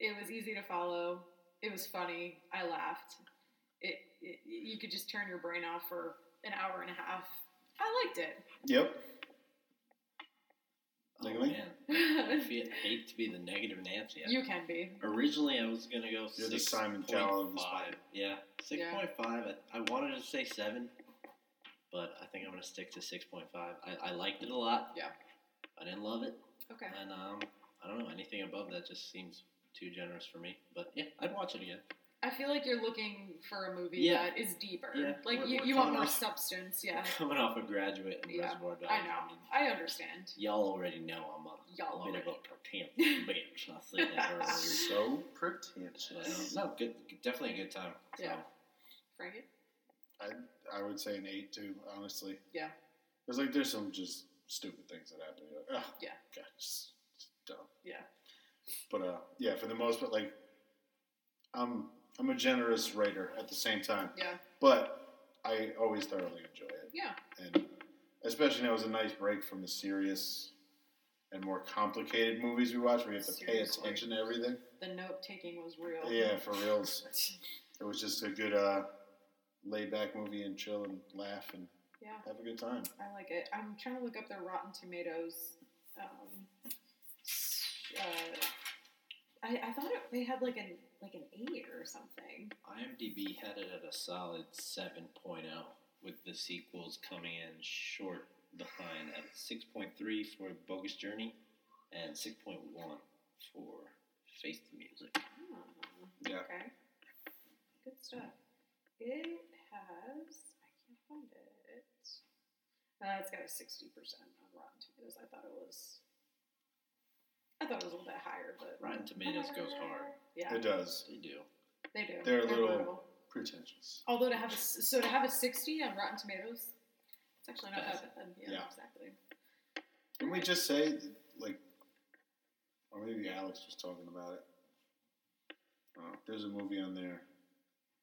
It was easy to follow. It was funny. I laughed. It, it you could just turn your brain off for an hour and a half. I liked Yep. Oh Ling Ling? man, I it. feel, I hate to be the negative Nancy. [laughs] I- you can be. Originally, I was gonna go You're the six Simon point Cowell of the five. Yeah, six Yeah. point five. I, I wanted to say seven, but I think I'm gonna stick to six point five. I, I liked it a lot. Yeah. I didn't love it, Okay. and um, I don't know anything above that just seems too generous for me. But yeah, I'd watch it again. I feel like you're looking for a movie Yeah. that is deeper. Yeah. Like We're- you, we're you want coming more off- substance. Yeah, [laughs] Coming off a graduate and Yeah, Reservoir Dogs. I know. mean, I understand. y'all already know I'm a Y'all bit already. of a [laughs] pretentious bitch. I'll say Ah. that earlier. So [laughs] pretentious. But, um, no, good, definitely a good time. So, Yeah. Frankie. I would say an eight too, honestly. Yeah. Because like there's some just stupid things that happen. You're like, oh, Yeah. God, just, just dumb. Yeah. But uh, yeah, for the most part, like I'm I'm a generous writer at the same time, Yeah. but I always thoroughly enjoy it. Yeah. and especially now it was a nice break from the serious and more complicated movies we watch where you have to pay Seriously. attention to everything. The note taking was real. Yeah, for reals. It was just a good uh, laid back movie and chill and laugh and [laughs] Yeah. have a good time. I like it. I'm trying to look up their Rotten Tomatoes. Um, s- uh, I, I thought it, they had like an like an eight or something. IMDb had it at a solid 7.0, with the sequels coming in short behind at 6.3 for Bogus Journey and 6.1 for Face the Music. Hmm. Yeah. Okay. Good stuff. It has. I can't find it. Uh, it's got a sixty percent on Rotten Tomatoes. I thought it was. I thought it was a little bit higher, but Rotten Tomatoes goes hard. Yeah, It does. They do. they do. They're a little- brutal. Pretentious. Although to have a, s- so to have a sixty on Rotten Tomatoes, it's actually not that bad. Yeah, Yeah. exactly. Can we just say, like, or maybe Alex was talking about it? Uh, there's a movie on there.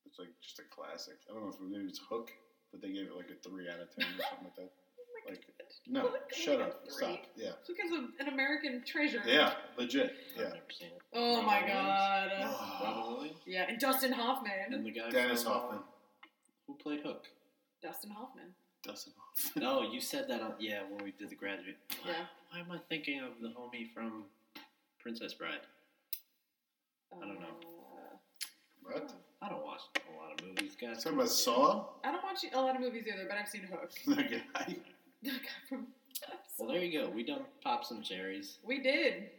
It's like just a classic. I don't know if maybe it's Hook, but they gave it like a three out of ten or something like that. Oh my Like- God. No, Hook? shut Oh, up. three? Stop. Yeah. Look at the- an American treasure. Yeah. Legit. Yeah. I've never seen it. Oh Robin my Williams? god. Robin Williams? Yeah, and Dustin Hoffman. And the guy Dennis from, uh, Hoffman. Who played Hook? Dustin Hoffman. Dustin Hoffman. [laughs] No, you said that on yeah when we did the graduate. Yeah. Why am I thinking of the homie from Princess Bride? I don't know. What? I don't watch a lot of movies, You guys. talking about Saw? [laughs] I don't watch a lot of movies either, but I've seen Hook. [laughs] The guy. The guy from. Well, there you go. We done pop some cherries. We did.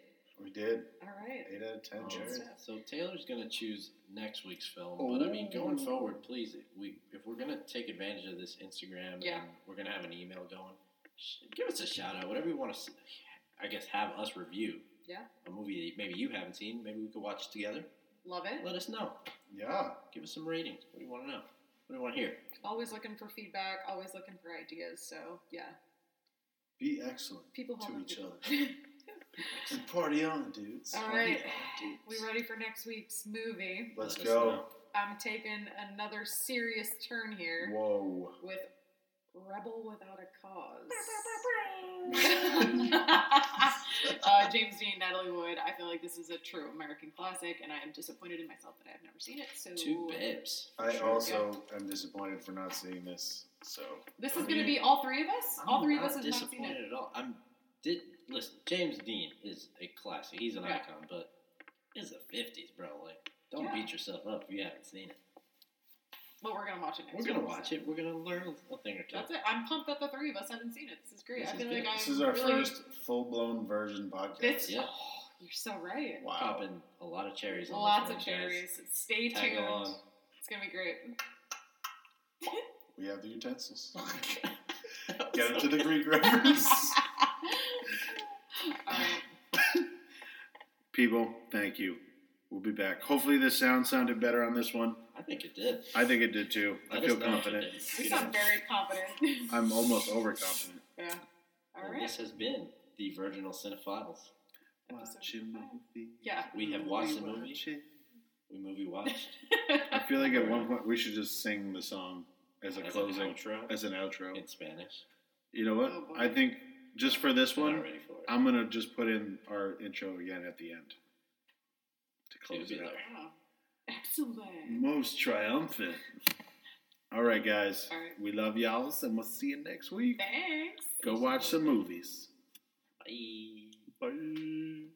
We did. All right. Eight out of ten. Um, Jared. Sure. so Taylor's gonna choose next week's film, but I mean, going Ooh. forward, please, if we if we're gonna take advantage of this Instagram, and Yeah. we're gonna have an email going. sh- Give us a shout out, whatever you want to. I guess have us review. Yeah. A movie that maybe you haven't seen. Maybe we could watch together. Love it. Let us know. Yeah. Give us some ratings. What do you want to know? What do you want to hear? Always looking for feedback, always looking for ideas. So, yeah. Be excellent. People To helping each people. And party on, dudes. All Party right. on, dudes. [laughs] we ready for next week's movie. Let's Let us go. know. I'm taking another serious turn here Whoa. with Rebel Without a Cause. [laughs] uh, James Dean, Natalie Wood. I feel like this is a true American classic, and I am disappointed in myself that I have never seen it. So Two bibs. I Sure. also am disappointed for not seeing this. So this I is going to be mean, all three of us. all I'm three of not us have not seen disappointed it. at all. I'm did listen. James Dean is a classic. He's an Yeah. icon, but it's the fifties, bro. Like, don't Yeah. beat yourself up if you haven't seen it. But we're going to watch it next. We're gonna week, watch so. it. We're gonna learn a thing or two. That's it. I'm pumped that the three of us haven't seen it. This is great. This I is feel like good. I'm this is our really, first full blown version podcast. This, Yeah. oh, you're so right. wow. Popping a lot of cherries. on this Lots one, of guys. cherries. Stay Tag tuned. along. [laughs] It's going to be great. [laughs] We have the utensils. Get into the Greek [laughs] reference. all right. People, thank you. We'll be back. Hopefully, this sound sounded better on this one. I think it did. I think it did too. I Let feel us know if it confident. did. We You know, sound very confident. [laughs] I'm almost overconfident. yeah. All and right. This has been the Virginal Cinephiles. Episode Watch a five. movie. Yeah. [laughs] We have watched the movie. Watch it. We movie watched I feel like at one point we should just sing the song as a as closing, an outro as an outro. in Spanish. you know what? Oh, boy. I think just for this We're one, not ready for it. I'm gonna just put in our intro again at the end to close it Tubular. out. Wow. Excellent. Most triumphant. All right, guys. All right. We love y'all, and we'll see you next week. Thanks. Go watch some movies. Bye. Bye.